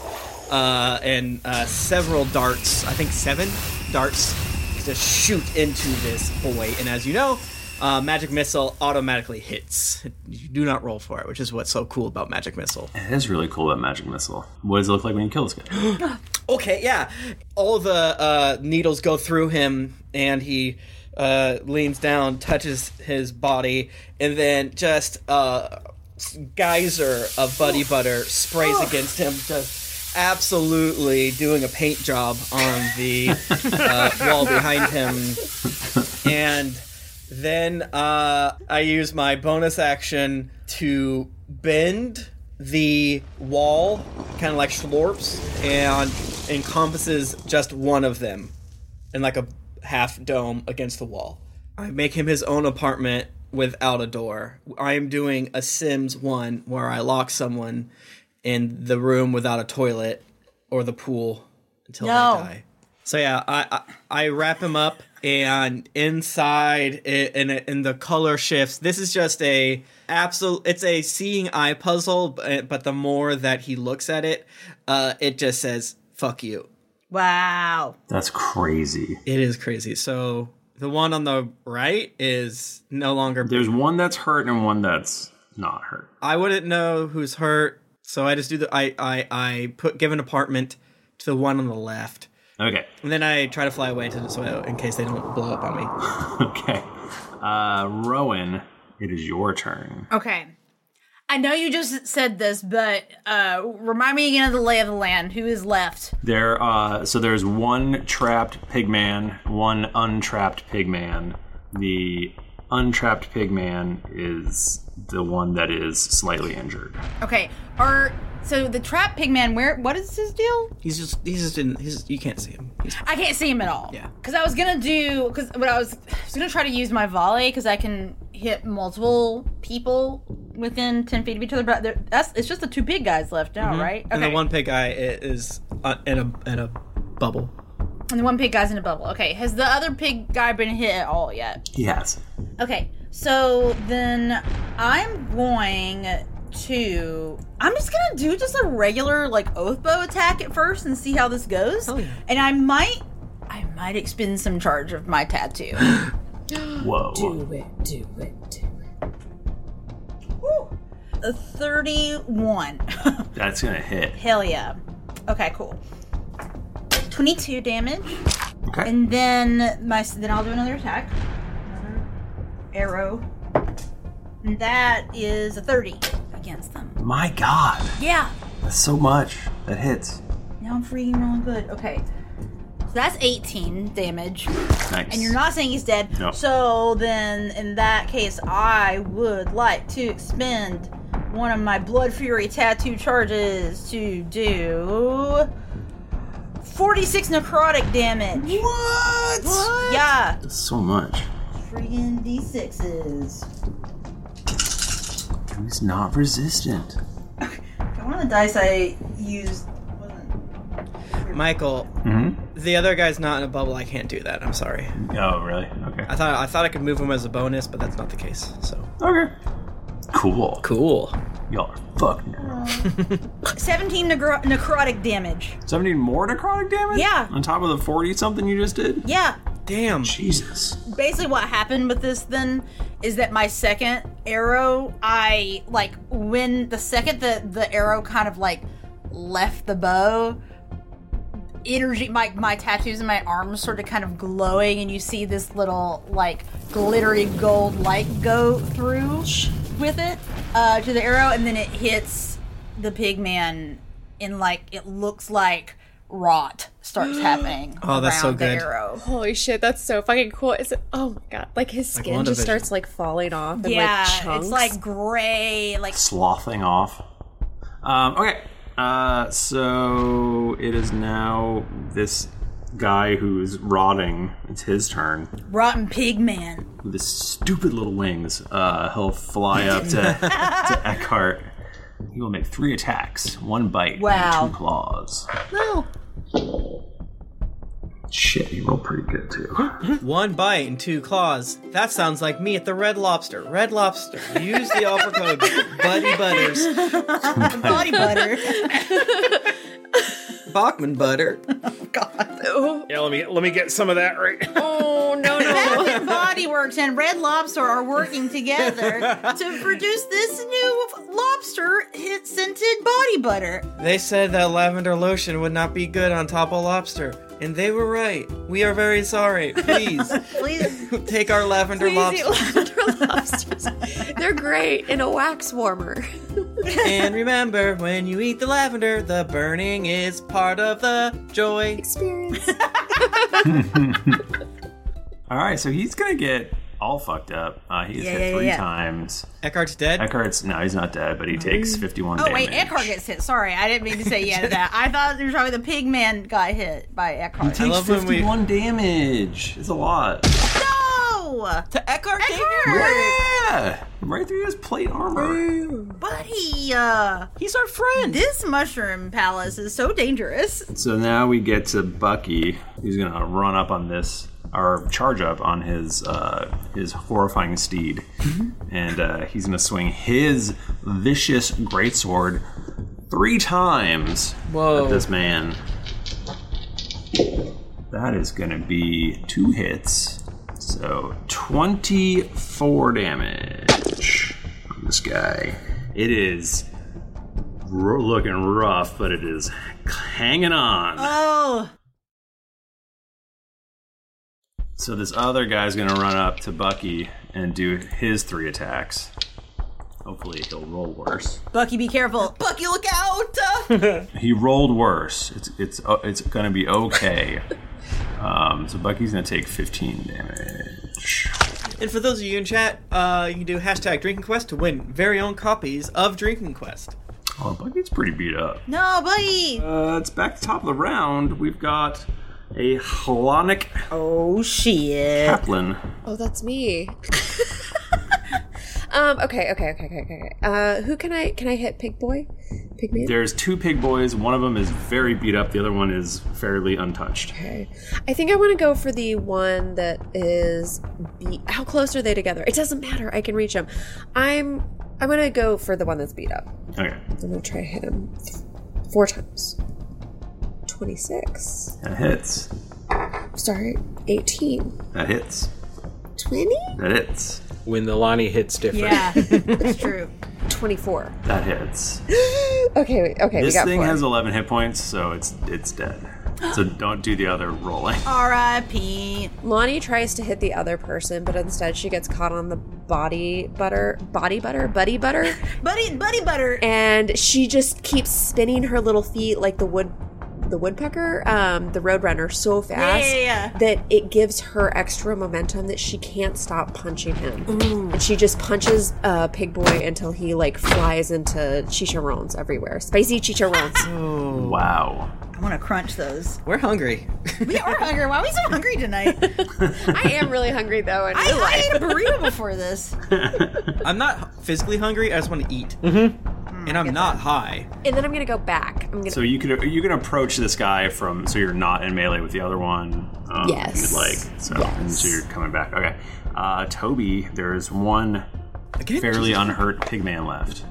uh, and uh, several darts. I think seven darts just shoot into this boy, and as you know, uh, magic missile automatically hits. You do not roll for it, which is what's so cool about magic missile. That is really cool, that magic missile. What does it look like when you kill this guy? [GASPS] okay, yeah. All the uh, needles go through him, and he uh, leans down, touches his body, and then just uh, geyser of buddy butter sprays against him, just absolutely doing a paint job on the uh, wall behind him. And then uh, I use my bonus action to bend the wall, kind of like Schlorps, and encompasses just one of them in like a half dome against the wall. I make him his own apartment without a door. I am doing a Sims 1 where I lock someone in the room without a toilet or the pool until No. they die. So yeah, I, I I wrap him up and inside it, and it- and the color shifts. This is just a absolute. It's a seeing eye puzzle, but, but the more that he looks at it, uh, it just says "fuck you." Wow. That's crazy. It is crazy. So the one on the right is no longer. There's one that's hurt and one that's not hurt. I wouldn't know who's hurt, so I just do the. I I I put give an apartment to the one on the left. Okay. [LAUGHS] And then I try to fly away to so in case they don't blow up on me. Okay. Uh, Rowan, it is your turn. Okay. I know you just said this, but uh, remind me again of the lay of the land. Who is left? There, uh, so there's one trapped pigman, one untrapped pigman. The untrapped pigman is the one that is slightly injured. Okay. Are so the trap pigman? Where? What is his deal? He's just he's just in he's you can't see him. I can't see him at all. Yeah. Because I was gonna do because what I was I was gonna try to use my volley because I can hit multiple people within ten feet of each other. But there- that's it's just the two big guys left now, Mhm. right? And the one pig guy i- is uh, in a in a bubble. And the one pig guy's in a bubble. Okay. Has the other pig guy been hit at all yet? He has. Okay, so then I'm going to. I'm just gonna do just a regular like oath bow attack at first and see how this goes. Oh, yeah. And I might, I might expend some charge of my tattoo. Whoa. Do it, do it, do it. Woo! A 31. That's gonna hit. [LAUGHS] Hell yeah. Okay, cool. 22 damage. Okay. And then my then I'll do another attack. Another arrow. And that is a 30 against them. My God, Yeah. that's so much. That hits. Now I'm freaking rolling good. Okay. So that's 18 damage. Nice. And you're not saying he's dead. No. So then in that case I would like to expend one of my blood fury tattoo charges to do 46 necrotic damage. What? Yeah. That's so much. Friggin' D6s. He's not resistant. One of the dice I used. Michael, Mhm. the other guy's not in a bubble. I can't do that. I'm sorry. Oh, really? Okay. I thought I thought I could move him as a bonus, but that's not the case. So okay, Cool. Cool. Y'all are fucked. now. 17 necro- necrotic damage. 17 more necrotic damage? Yeah. On top of the 40 something you just did? Yeah. Damn. Jesus. Basically, what happened with this then is that my second arrow, I like when the second the the arrow kind of like left the bow, energy my my tattoos in my arms sort of kind of glowing, and you see this little like glittery gold light go through with it uh, to the arrow, and then it hits the pig man, and like it looks like rot starts happening. Oh, that's so around the good. arrow. Holy shit, that's so fucking cool. Is it? Oh my god, like his skin just WandaVision. starts like falling off. And, Yeah, like, chunks. it's like gray, like Sloughing off. Um, okay. Uh, so it is now this guy who's rotting. It's his turn. rotten pig man. [LAUGHS] With his stupid little wings, uh, he'll fly up to, [LAUGHS] to Eckhart. He will make three attacks one bite, Wow. and two claws. No. Shit, he rolled pretty good too. One bite and two claws. That sounds like me at the Red Lobster. Red Lobster. Use the offer code Buddy Butters. [LAUGHS] Body butter. Bachman Butter. God. Yeah, let me let me get some of that right. [LAUGHS] Oh no no! Bath and Body Works and Red Lobster are working together to produce this new lobster hit scented body butter. They said that lavender lotion would not be good on top of lobster, and they were right. We are very sorry. [LAUGHS] Please, please take our lavender Please eat lobster. lobsters. They're great in a wax warmer. and remember, when you eat the lavender, the burning is part of the joy experience. All right, so he's gonna get all fucked up. Uh, he gets Yeah, hit yeah, three yeah. times. Eckhart's dead. Eckhart's no, he's not dead, but he takes fifty-one Oh damage. wait, Eckhart gets hit. Sorry, I didn't mean to say yeah to that. I thought you were talking the pig man got hit by he Eckhart. takes fifty-one damage. It's a lot. No! To Eckhart? Yeah, right through his plate Mm. armor. Buddy! Uh, He's our friend! This mushroom palace is so dangerous. So now we get to Bucky. He's gonna run up on this or charge up on his uh, his horrifying steed, and uh, he's gonna swing his vicious greatsword three times Whoa. at this man. That is gonna be two hits. So twenty four damage on this guy. It is r- looking rough, but it is hanging on. Oh! So this other guy's gonna run up to Bucky and do his three attacks. Hopefully he'll roll worse. Bucky, be careful. Bucky, look out! [LAUGHS] He rolled worse. It's it's uh, it's gonna be [LAUGHS] okay. Um, so Bucky's gonna take 15 damage. And for those of you in chat, uh, you can do hashtag Drinking Quest to win very own copies of Drinking Quest. Oh, Bucky's pretty beat up. No, Bucky! Uh, it's back to top of the round. We've got a Hlonic. Oh shit! Kaplan. [LAUGHS] Oh, that's me. [LAUGHS] um. Okay. Okay. Okay. Okay. Okay. Uh, who can I can I hit? Pig boy. Pig man. There's two pig boys. One of them is very beat up. The other one is fairly untouched. Okay. I think I want to go for the one that is. Be- How close are they together? It doesn't matter. I can reach them. I'm. I'm gonna go for the one that's beat up. Okay. I'm gonna try to hit him four times. Twenty-six. That hits. Sorry, eighteen. That hits. Twenty. That hits. When the Lonnie hits different. [LAUGHS] that's true. Twenty-four. That hits. Okay. wait, Okay. we this got thing four. has 11 hit points, so it's it's dead. So don't do the other rolling. R.I.P. Lonnie tries to hit the other person, but instead she gets caught on the body butter, body butter, buddy [LAUGHS] butter, buddy, buddy butter, and she just keeps spinning her little feet like the wood, the woodpecker, um, the roadrunner, so fast yeah, yeah. that it gives her extra momentum that she can't stop punching him, and she just punches uh, Pig Boy until he like flies into chicharrones everywhere, spicy chicharrones. Wow. I want to crunch those. We're hungry. We are hungry. Why are we so hungry [LAUGHS] tonight? I am really hungry though. I, I ate a burrito before this. I'm not physically hungry. I just want to eat. Mm-hmm. And I'm not high. And then I'm gonna go back. I'm gonna. So you can you can approach this guy from so you're not in melee with the other one. Um, Yes. If you'd like. So and so you're coming back. Okay. Uh, Toby, there is one fairly unhurt pigman left.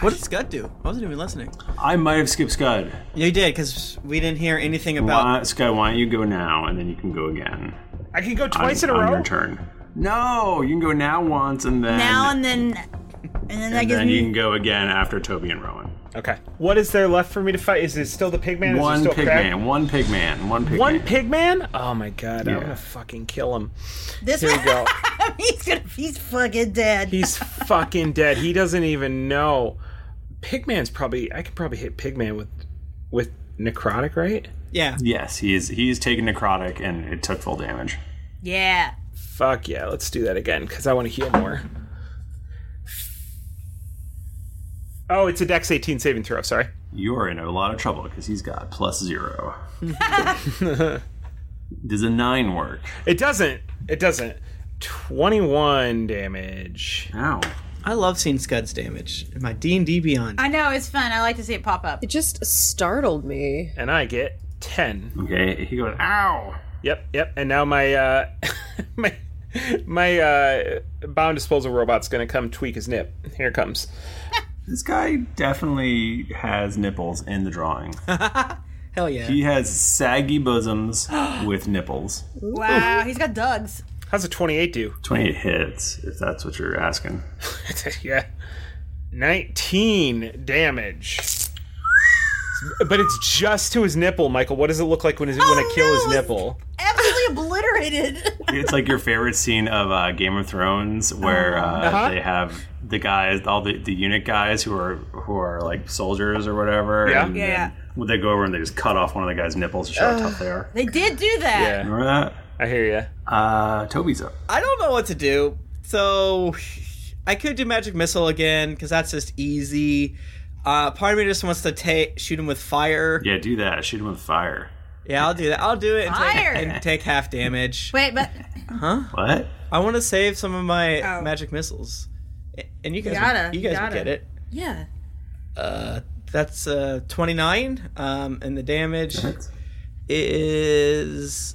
What did Scud do? I wasn't even listening. I might have skipped Scud. You did because we didn't hear anything about. Why, Scud, why don't you go now and then you can go again. I can go twice on, in a on row? your turn. No, you can go now once and then [LAUGHS] now and then, and then that and gives then you me. can go again after Toby and Rowan. Okay. What is there left for me to fight? Is it still the pig man? one is it still pig crab? man, one pig man, one pig One man. pig man? Oh my god, Yeah. I'm gonna fucking kill him. This Here we go. [LAUGHS] he's gonna. He's fucking dead. He's fucking dead. He doesn't even know. Pigman's probably I can probably hit Pigman with with necrotic, right? Yeah. Yes, he is he is taken necrotic and it took full damage. Yeah. Fuck yeah, let's do that again because I want to heal more. Oh, it's a Dex 18 saving throw. Sorry. You are in a lot of trouble because he's got plus [LAUGHS] zero. Does a nine work? It doesn't. It doesn't. 21 damage. Ow. I love seeing Scud's damage in my D and D Beyond. I know it's fun. I like to see it pop up. It just startled me. And I get 10. Okay, he goes, ow. Yep, yep. And now my uh [LAUGHS] my my uh bound disposal robot's gonna come tweak his nip. Here it comes. This guy definitely has nipples in the drawing. [LAUGHS] Hell yeah. He has saggy bosoms [GASPS] with nipples. Wow, he's got Doug's. How's a 28 do? 28 hits, if that's what you're asking. [LAUGHS] yeah. 19 damage. But it's just to his nipple, Michael. What does it look like when, is, when I kill his nipple? Absolutely [LAUGHS] obliterated. It's like your favorite scene of uh, Game of Thrones where uh, Uh-huh. they have the guys, all the, the unit guys who are who are like soldiers or whatever. Yeah. And Yeah, then when they go over and they just cut off one of the guy's nipples to show how tough they are. They did do that. Remember that? I hear you. Uh, Toby's up. I don't know what to do. So I could do magic missile again because that's just easy. Uh, part of me just wants to take shoot him with fire. Yeah, do that. Shoot him with fire. Yeah, I'll do that. I'll do it and, take, Fire! and take half damage. Wait, but Huh? What? I want to save some of my Oh. magic missiles, A- and you you guys, gotta, you guys gotta. get it. Yeah. Uh, that's uh, 29, um, and the damage is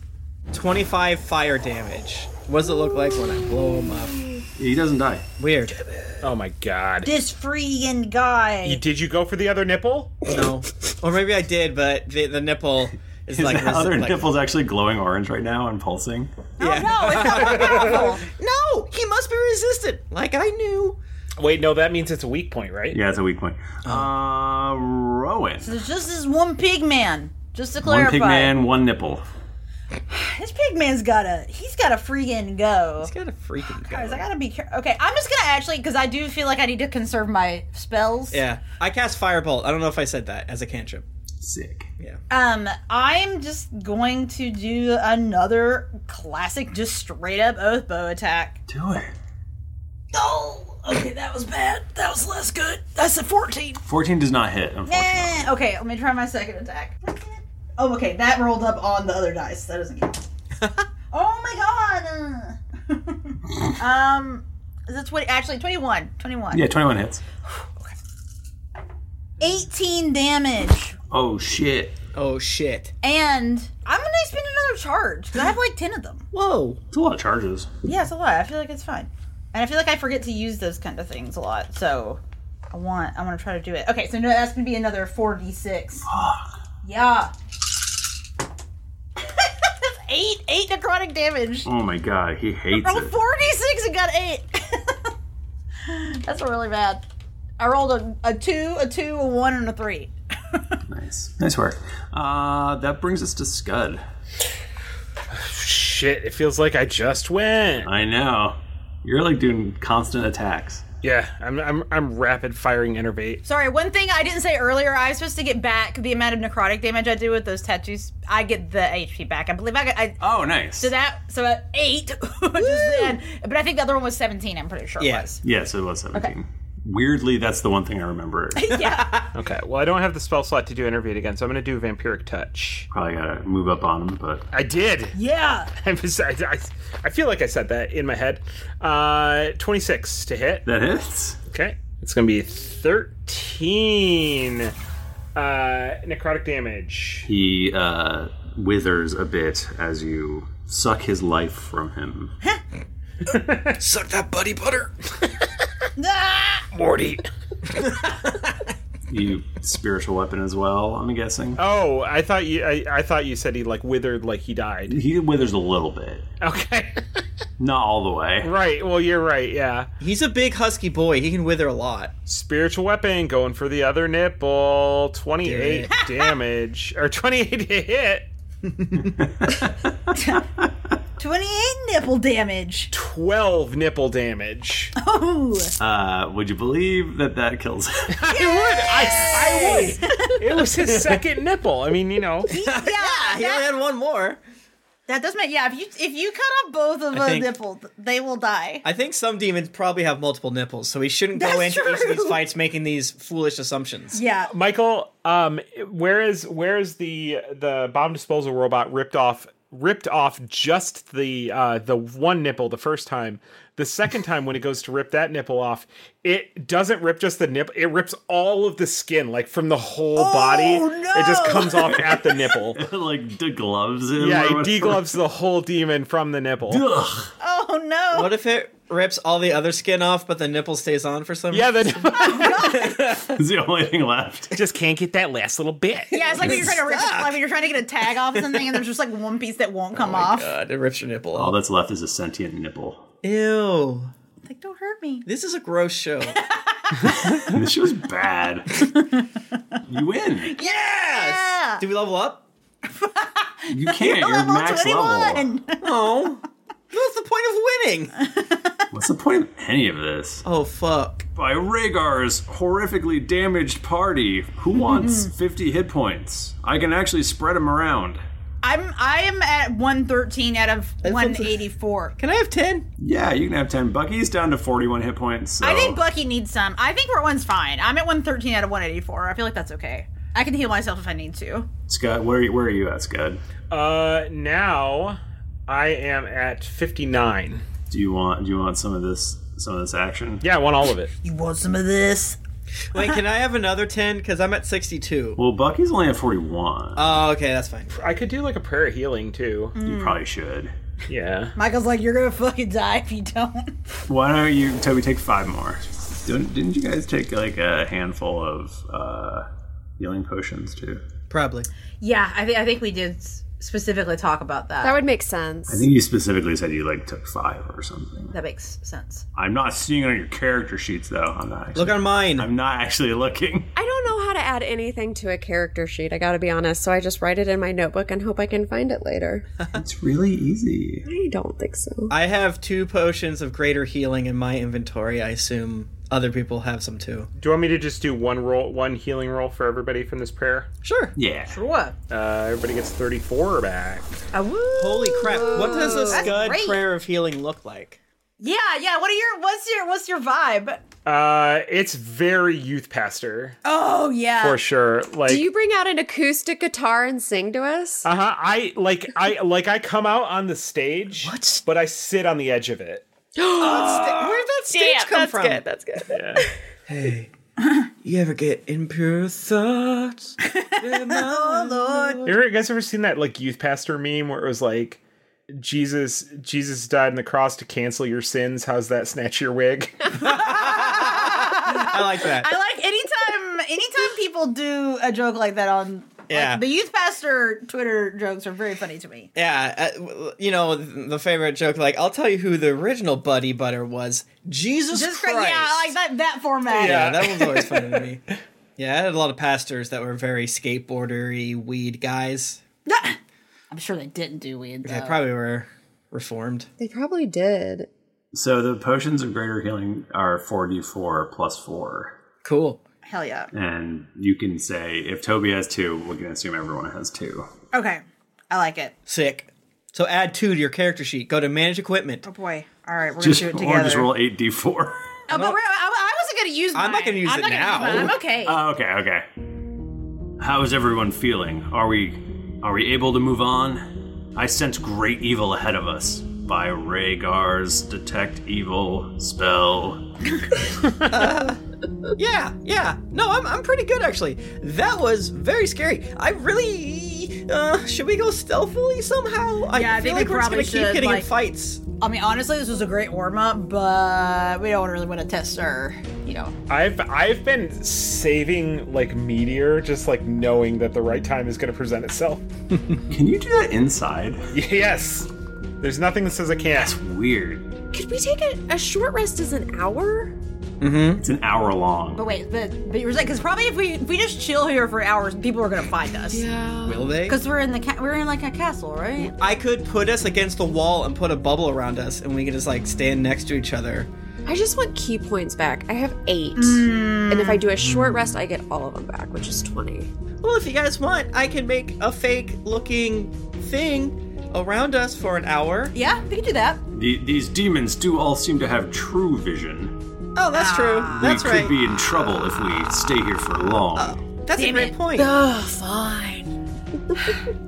25 fire damage. What does it look like when I blow him up? He doesn't die. Weird. Oh my god. This freaking guy. did you go for the other nipple? No. or maybe I did, but the, the nipple is His like like, [LAUGHS] other like- nipple's actually glowing orange right now and pulsing. no, he must be resistant, like I knew. Wait, no, that means it's a weak point, right? Yeah, it's a weak point. Uh, Rowan. So there's just this one pig man. Just to One clarify, pig man, one nipple. this pig man's gotta, he's gotta freaking go. He's gotta freaking go. Guys, I gotta be careful. Okay, I'm just gonna actually, because I do feel like I need to conserve my spells. Yeah, I cast firebolt. I don't know if I said that as a cantrip. Sick. Yeah. Um, I'm just going to do another classic, just straight up oath bow attack. Do it. Oh, okay, that was bad. That was less good. That's a 14. 14 does not hit. unfortunately. Eh, okay, let me try my second attack. Oh, okay, that rolled up on the other dice. That doesn't count. oh my god! [LAUGHS] uh. um, that's what actually 21. 21. Yeah, 21 hits. 18 damage. Oh, shit. Oh, shit. And I'm gonna spend another charge because I have like ten of them. Whoa, it's a lot of charges. Yeah, it's a lot. I feel like it's fine, and I feel like I forget to use those kind of things a lot. So I want I want to try to do it. Okay, so no, that's gonna be another four d six. Yeah. [LAUGHS] That's eight eight necrotic damage. Oh my god, he hates I rolled [LAUGHS] it. four d six and got eight. [LAUGHS] that's really bad. I rolled a, a two, a two, a one, and a three. Nice work. Uh, that brings us to Scud. Shit, it feels like I just went. I know. You're like doing constant attacks. Yeah, I'm, I'm, I'm rapid firing innervate. Sorry, one thing I didn't say earlier. I was supposed to get back the amount of necrotic damage I do with those tattoos. I get the HP back. I believe I got. I, oh, nice. So that so at eight, [LAUGHS] just then. But I think the other one was seventeen. I'm pretty sure. it was. Yeah, so it was 17. Weirdly, that's the one thing I [LAUGHS] remember. Okay, well, I don't have the spell slot to do innervate again, so I'm going to do Vampiric Touch. Probably gotta move up on him, but. I did. [LAUGHS] Yeah. I, was- I, I, I feel like I said that in my head. Uh, 26 to hit. That hits. Okay. It's going to be 13 uh, necrotic damage. He uh, withers a bit as you suck his life from [LAUGHS] him. Suck that buddy butter. Morty. You spiritual weapon as well, I'm guessing. Oh, I thought you I, I thought you said he like withered like he died. He withers a little bit. [LAUGHS] Okay. Not all the way. [LAUGHS] Right. Well, you're right. Yeah. He's a big husky boy. He can wither a lot. Spiritual weapon going for the other nipple. 28 Damn damage [LAUGHS] or 28 to hit. Twenty-eight nipple damage. 12 nipple [LAUGHS] damage. Oh. Uh, would you believe that that kills him? I would. I, I would. [LAUGHS] It was his second nipple. I mean, you know. Yeah, he only had one more. That does make yeah. If you if you cut off both of I a think- nipple, th- they will die. I think some demons probably have multiple nipples, so we shouldn't go That's into each of these true. fights making these foolish assumptions. Yeah. Michael, um, where is where is the the bomb disposal robot ripped off ripped off just the uh, the one nipple the first time. The second time when it goes to rip that nipple off, it doesn't rip just the nipple. It rips all of the skin, like from the whole body. It just comes off at the nipple. like degloves him. yeah, or he whatever. degloves the whole demon from the nipple. Ugh. Oh Oh no! What if it rips all the other skin off, but the nipple stays on for some? Yeah, [LAUGHS] It's the only thing left. Just can't get that last little bit. [LAUGHS] Yeah, it's like when you're trying to rip, like when you're trying to get a tag off something, and there's just like one piece that won't come off. God, it rips your nipple. All that's left is a sentient nipple. Ew. Like, don't hurt me. This is a gross [LAUGHS] show. this show's bad. you win. Yes. Do we level [LAUGHS] up? You can't. You're, max level. No. What's the point of winning? What's the point of any of this? Oh fuck. By Rhaegar's horrifically damaged party. Who wants 50 hit points? I can actually spread them around. I'm I am at 113 out of 184. Can I have 10? Yeah, you can have 10. Bucky's down to 41 hit points. So. I think Bucky needs some. I think Rowan's fine. I'm at 113 out of 184. I feel like that's okay. I can heal myself if I need to. Scott, where are you, where are you at, Scott? Uh, now I am at 59. Do you want do you want some of this some of this action? Yeah, I want all of it. You want some of this? Wait, can I have another 10? Because I'm at 62. Well, Bucky's only at 41. Oh, okay, that's fine. I could do like a prayer of healing too. You probably should. Yeah. Michael's like, you're gonna fucking die if you don't. Why don't you, Toby, take five more? Don't, didn't you guys take like a handful of uh, healing potions too? Probably. Yeah, I think I think we did s- specifically talk about that. That would make sense. I think you specifically said you like took five or something. that makes sense. I'm not seeing it on your character sheets though. I'm not. Actually, Look on mine. I'm not actually looking. I don't know how to add anything to a character sheet, I gotta be honest, so I just write it in my notebook and hope I can find it [LAUGHS] later. [LAUGHS] it's really easy. I don't think so. I have two potions of greater healing in my inventory. I assume other people have some too. Do you want me to just do one roll, one healing roll for everybody from this prayer? Sure. Yeah. For what? Uh, everybody gets 34 back. Holy crap. What does a That's Scud great. prayer of healing look like? Yeah, yeah. What are your what's your what's your vibe? Uh, it's very youth pastor Oh yeah. for sure. Like, Do you bring out an acoustic guitar and sing to us? uh huh. I like I like I come out on the stage, but I sit on the edge of it. Where'd that stage Damn, come that's from? good, that's good. Yeah. [LAUGHS] Hey, you ever get impure thoughts? [LAUGHS] oh Lord. You ever- you guys ever seen that like youth pastor meme where it was like Jesus Jesus died on the cross to cancel your sins? How's that snatch your wig? I like that. I like anytime anytime people do a joke like that on Yeah. like, the youth pastor Twitter jokes are very funny to me. Yeah, uh, w- you know th- the favorite joke. Like, I'll tell you who the original Buddy Butter was. Jesus Just cra- Christ. yeah, I like that that format. Yeah, that one's always funny to me. Yeah, I had a lot of pastors that were very skateboardery weed guys. I'm sure they didn't do weed though. They probably were reformed. They probably did. So the potions of greater healing are 4d4 plus four, Cool. Hell yeah. and you can say if Toby has two, we can assume everyone has two. Okay, I like it. Sick. So add two to your character sheet. Go to manage equipment. Oh boy. All right, we're Just gonna do it or together. just roll [LAUGHS] 8d4. Oh, but we're, I, I wasn't gonna use. I'm not mine. gonna use it now. mine. I'm okay. Oh, okay, okay. How is everyone feeling? Are we are we able to move on? I sense great evil ahead of us. By Rhaegar's detect evil spell. Yeah, yeah. No, I'm, I'm pretty good actually. That was very scary. I really. Uh, should we go stealthily somehow? I Yeah, I feel think like we we're just probably gonna keep should, getting like- in fights. I mean, honestly, this was a great warm up, but we don't really want to test our, you know. I've I've been saving like meteor, just like knowing that the right time is going to present itself. [LAUGHS] Can you do that [LAUGHS] inside? Yes, there's nothing that says I can't. That's weird. Could we take a, a short rest as an hour? Mm-hmm. It's an hour long. But wait, but but you were saying because probably if we if we just chill here for hours, people are gonna find us. Yeah. Will they? Because we're in the ca- we're in like a castle, right? I could put us against the wall and put a bubble around us, and we could just like stand next to each other. I just want key points back. I have eight. And if I do a Mm. short rest, I get all of them back, which is 20. Well, if you guys want, I can make a fake looking thing around us for an hour. Yeah, we can do that. The, these demons do all seem to have true vision. Oh, that's true. Ah. That's we right. could be in trouble if we stay here for long. Oh. That's a great point. Ugh, fine.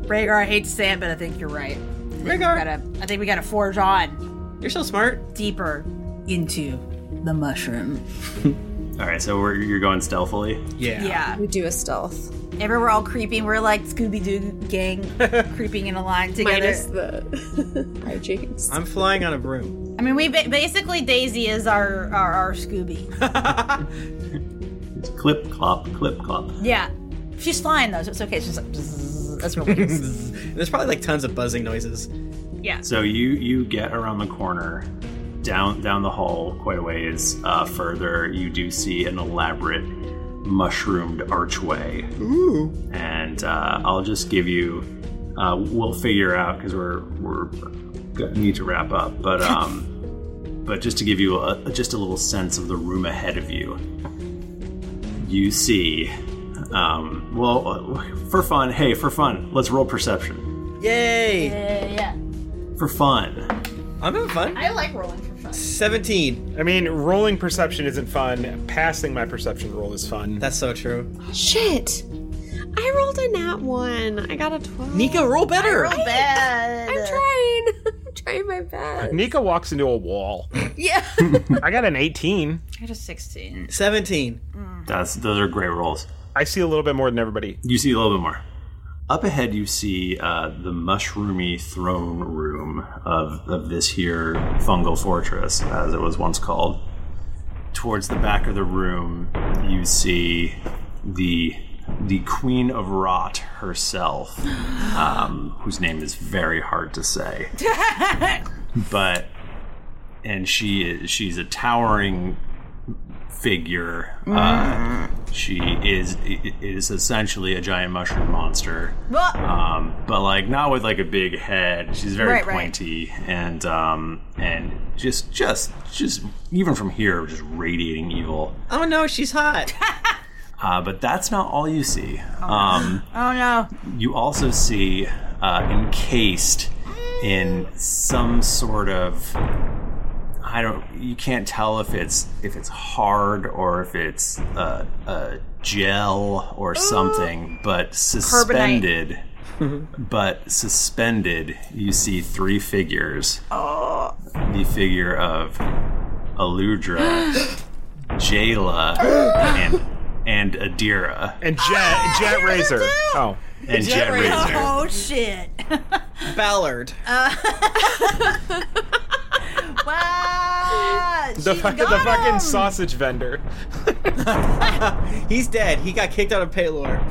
Rhaegar, I hate to say it, but I think you're right. Rhaegar, I think we gotta forge on You're so smart. deeper into the mushroom. All right, so we're, you're going stealthily. Yeah. We do a stealth. Ever we're all creeping, we're like Scooby Doo gang [LAUGHS] creeping in a line together. Minus the [LAUGHS] hijinks. I'm flying on a broom. I mean, we ba- basically Daisy is our our, our Scooby. Clip clop, clip clop. Yeah, she's flying though, so it's okay. She's like, "Bzzz." [LAUGHS] that's real. [LAUGHS] weird. There's probably like tons of buzzing noises. yeah. So you you get around the corner, down down the hall quite a ways uh, further. You do see an elaborate mushroomed archway, Ooh. and uh, I'll just give you. Uh, we'll figure out because we're we're gonna need to wrap up, but um, but just to give you a, just a little sense of the room ahead of you, you see. Um, well, for fun, hey, for fun, let's roll perception Yay! yeah. for fun. I'm having fun. I like rolling for fun. 17. I mean, rolling perception isn't fun. Passing my perception roll is fun. That's so true. Shit. I rolled a nat one. I got a 12. Nika, roll better. I- bad. I'm [LAUGHS] trying. I'm trying my best. Nika walks into a wall. Yeah. [LAUGHS] I got an 18. I just 16. 17. That's those are great rolls. I see a little bit more than everybody. You see a little bit more. Up ahead, you see uh, the mushroomy throne room of, of this here fungal fortress, as it was once called. Towards the back of the room, you see the the Queen of Rot [GASPS] herself, um, whose name is very hard to [LAUGHS] say. but and she is she's a towering figure. Mm. Uh, she is i- is essentially a giant mushroom monster, What? um, but like not with like a big head. She's very Right, right. pointy and um, and just just just even from here, just radiating evil. Oh no, she's [LAUGHS] hot. Uh, but that's not all you see. Um, [GASPS] Oh no. you also see uh, encased in some sort of I don't you can't tell if it's if it's hard or if it's uh, a gel or something, but suspended. [LAUGHS] But suspended, you see three figures. Oh. The figure of [GASPS] Aludra, [GASPS] Jayla, and and Adira. And Jet Jet Razor. Oh. And Jet Razor. Oh shit. Ballard. Uh, wow. The, fu- the fucking sausage vendor. He's dead. He got kicked out of Paylor.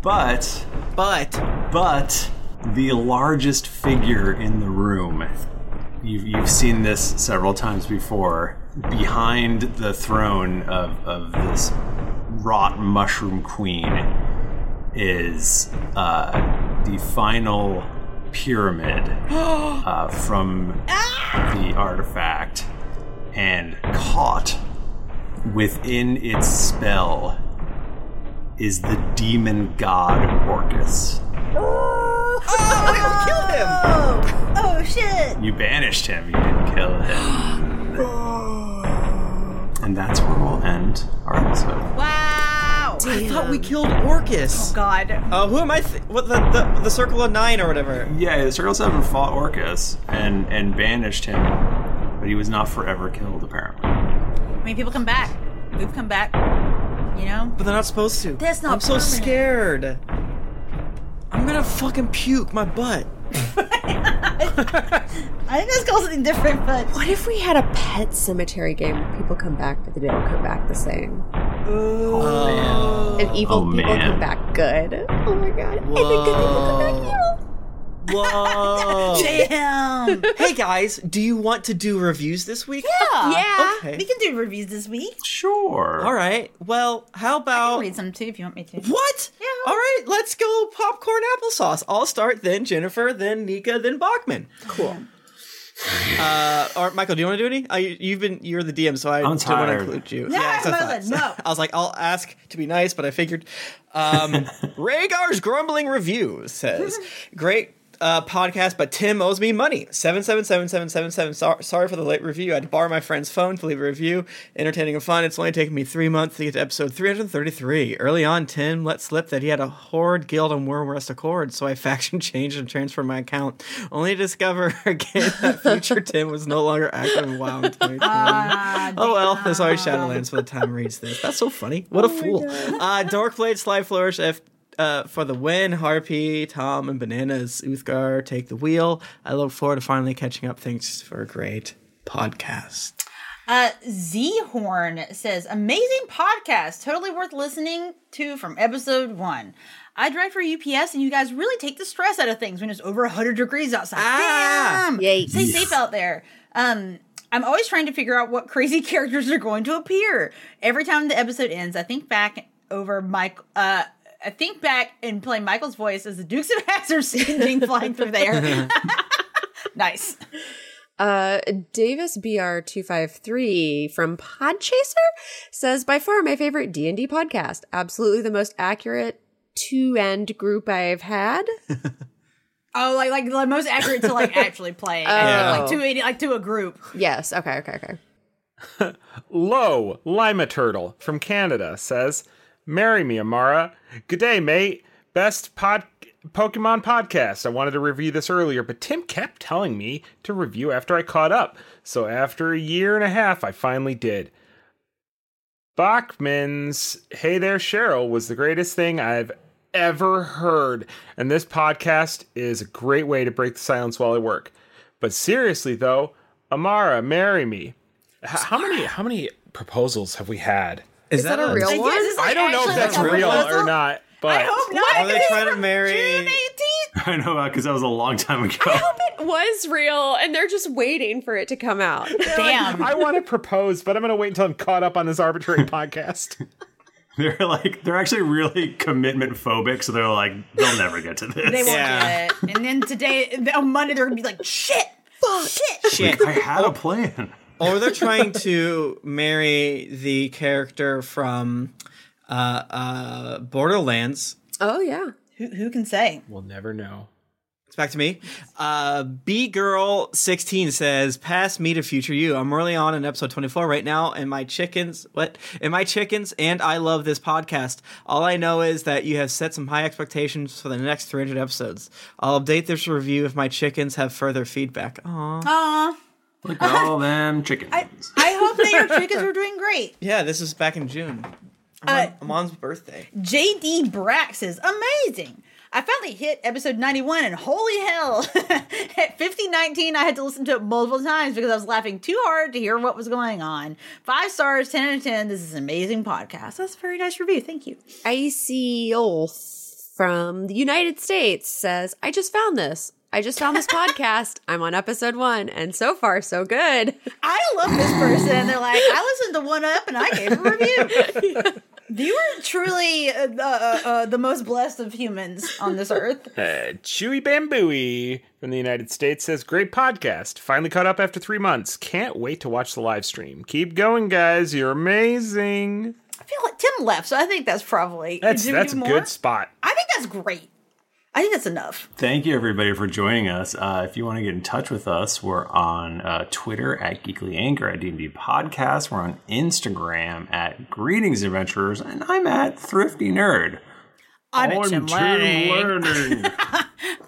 But but but the largest figure in the room. You've, you've seen this several times before. Behind the throne of, of this wrought mushroom queen is uh, the final pyramid uh, from the artifact, and caught within its spell is the demon god Orcus. Oh, kill him. Oh, oh shit. You banished him, you didn't kill him. [SIGHS] and that's where we'll end our episode. Wow. I thought we killed Orcus. Oh god. Uh, who am I? Th- what the, the the circle of nine or whatever? Yeah, the Circle Seven fought Orcus and and banished him, but he was not forever killed, apparently. I mean, people come back. We've come back. You know? But they're not supposed to. That's not I'm so permanent. scared. I'm gonna fucking puke my butt. I think this goes something different, but. What if we had a pet cemetery game where people come back but they don't come back the same? And evil people Oh, man. come back good. Oh my god. And then good people come back evil. Oh. Whoa. [LAUGHS] Damn. hey guys, do you want to do reviews this week? [LAUGHS] Yeah. Yeah. Okay. We can do reviews this week. Sure. All right. Well, how I'll about read some too if you want me to. what? Yeah. All right, let's go popcorn applesauce. I'll start then Jennifer, then Nika, then Bachman. Cool. Uh, or Michael, do you want to do any? I, you've been you're the DM, so I I'm didn't want to tired. include you. No, it's a Merlin, thought. no. [LAUGHS] I was like, I'll ask to be nice, but I figured. Um, Rhaegar's grumbling review says, "Great uh, podcast, but Tim owes me money. Seven seven seven seven seven seven. Sorry, sorry for the late review. I had to borrow my friend's phone to leave a review. Entertaining and fun. It's only taken me three months to get to episode three hundred thirty three. Early on, Tim let slip that he had a horde guild on Warwest Accord, so I [LAUGHS] faction changed and transferred my account, only to discover [LAUGHS] again that future Tim was no longer active in WoW. In 2020. oh well, there's always Shadowlands for the time reads this. That's so funny. What a fool. Uh, Darkblade, Sly Flourish, F uh, for the win, Harpy, Tom, and Bananas, Uthgar take the wheel. I look forward to finally catching up. Thanks for a great podcast. Uh, Z Horn says, amazing podcast, totally worth listening to from episode one. I drive for UPS, and you guys really take the stress out of things when it's over 100 degrees outside. Damn! Yay. Stay safe out there. Um, I'm always trying to figure out what crazy [LAUGHS] characters are going to appear. Every time the episode ends, I think back over my. Uh, I think back and play Michael's voice as the Dukes of Hazzard [LAUGHS] singing flying through the air. [LAUGHS] nice. Uh, Davis BR two five three from Podchaser says by far my favorite D and D podcast. Absolutely the most accurate two end group I've [LAUGHS] had. Oh, like like the most accurate to [LAUGHS] like actually playing, Oh. like to a- like to a group. Yes. Okay. Okay. Okay. Low Lima Turtle from Canada says, "Marry me, Amara. Good day, mate. Best pod." Pokemon podcast. I wanted to review this earlier, but Tim kept telling me to review after I caught up. So after a year and a half, I finally did. Bachman's Hey There Cheryl was the greatest thing I've ever heard, and this podcast is a great way to break the silence while I work. But seriously though, Amara, marry me. H- how many how many proposals have we had? Is Is that that a a- real I, Like, one? is this, like, don't know if actually, that's like, a real proposal? or not. But Are they trying to marry? [LAUGHS] I know about because that was a long time ago. It was real, and they're just waiting for it to come out. [LAUGHS] Damn. I want to propose, but I'm going to wait until I'm caught up on this [LAUGHS] arbitrary podcast. [LAUGHS] They're like they're actually really commitment phobic, so they're like they'll never get to this. They won't do it. And then today on Monday they're gonna be like shit, shit, Like, I had a plan. or [LAUGHS] they're trying to marry the character from uh, uh, Borderlands. Oh yeah. Who who can say? We'll never know. It's back to me. Uh, B girl sixteen says, "Pass me to future you." I'm really on in episode twenty four right now, and my chickens, what? And my chickens, and I love this podcast. All I know is that you have set some high expectations for the next three hundred episodes. I'll update this review if my chickens have further feedback. Aw. Aw. Look [LAUGHS] at all them chickens. I hope that your chickens are doing great. yeah, this is back in June. Uh, My mom's birthday. JD Brax is amazing. I finally hit episode 91 and holy hell. [LAUGHS] At 5019, I had to listen to it multiple times because I was laughing too hard to hear what was going on. Five stars, 10 out of 10. This is an amazing podcast. That's a very nice review. Thank you. Icy Olf E from the United States says, I just found this. I just found this podcast. I'm on episode one, and so far, so good. [LAUGHS] I love this person. They're like, I listened to one up and I gave a review. [LAUGHS] you are truly uh, uh, uh, the most blessed of humans on this earth. Uh, Chewy Bambooey from the United States says, Great podcast. Finally caught up after three months. Can't wait to watch the live stream. Keep going, guys. You're amazing. I feel like Tim left, so I think that's probably. That's, Did we that's a do more? good spot. I think that's great. I think that's enough. Thank you, everybody, for joining us. Uh, if you want to get in touch with us, we're on uh, Twitter at Geekly Anchor at D&D Podcast. We're on Instagram at Greetings Adventurers, and I'm at Thrifty Nerd. I'm, I'm at Tim Tim Lanning. Lanning. [LAUGHS]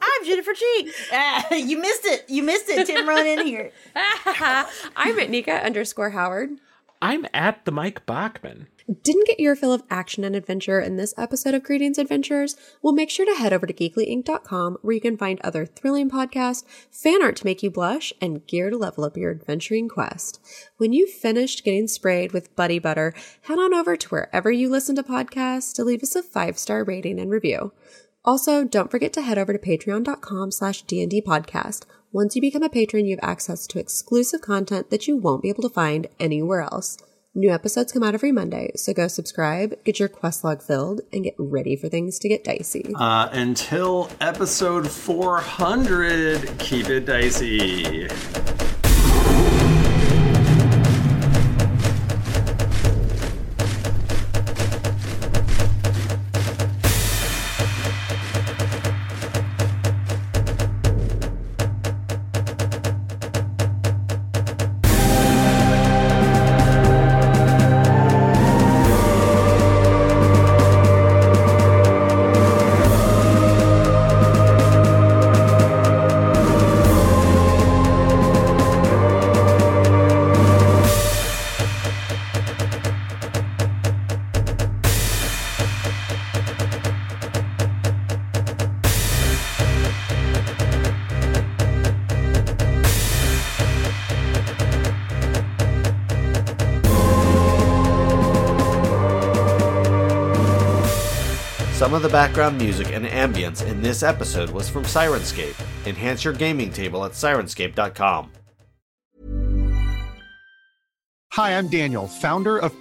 I'm Jennifer Cheek. [LAUGHS] Ah, you missed it. You missed it. Tim run in here. I'm at Nika underscore Howard. I'm at the Mike Bachman. Didn't get your fill of action and adventure in this episode of Greetings Adventures? Well, make sure to head over to geeklyinc.com where you can find other thrilling podcasts, fan art to make you blush, and gear to level up your adventuring quest. When you've finished getting sprayed with Buddy Butter, head on over to wherever you listen to podcasts to leave us a five star rating and review. Also, don't forget to head over to patreon.com slash D&D podcast. Once you become a patron, you have access to exclusive content that you won't be able to find anywhere else. New episodes come out every Monday, so go subscribe, get your quest log filled, and get ready for things to get dicey. [LAUGHS] Uh, until episode 400, keep it dicey. Some of the background music and ambience in this episode was from Sirenscape. Enhance your gaming table at sirenscape.com. Hi, I'm Daniel, founder of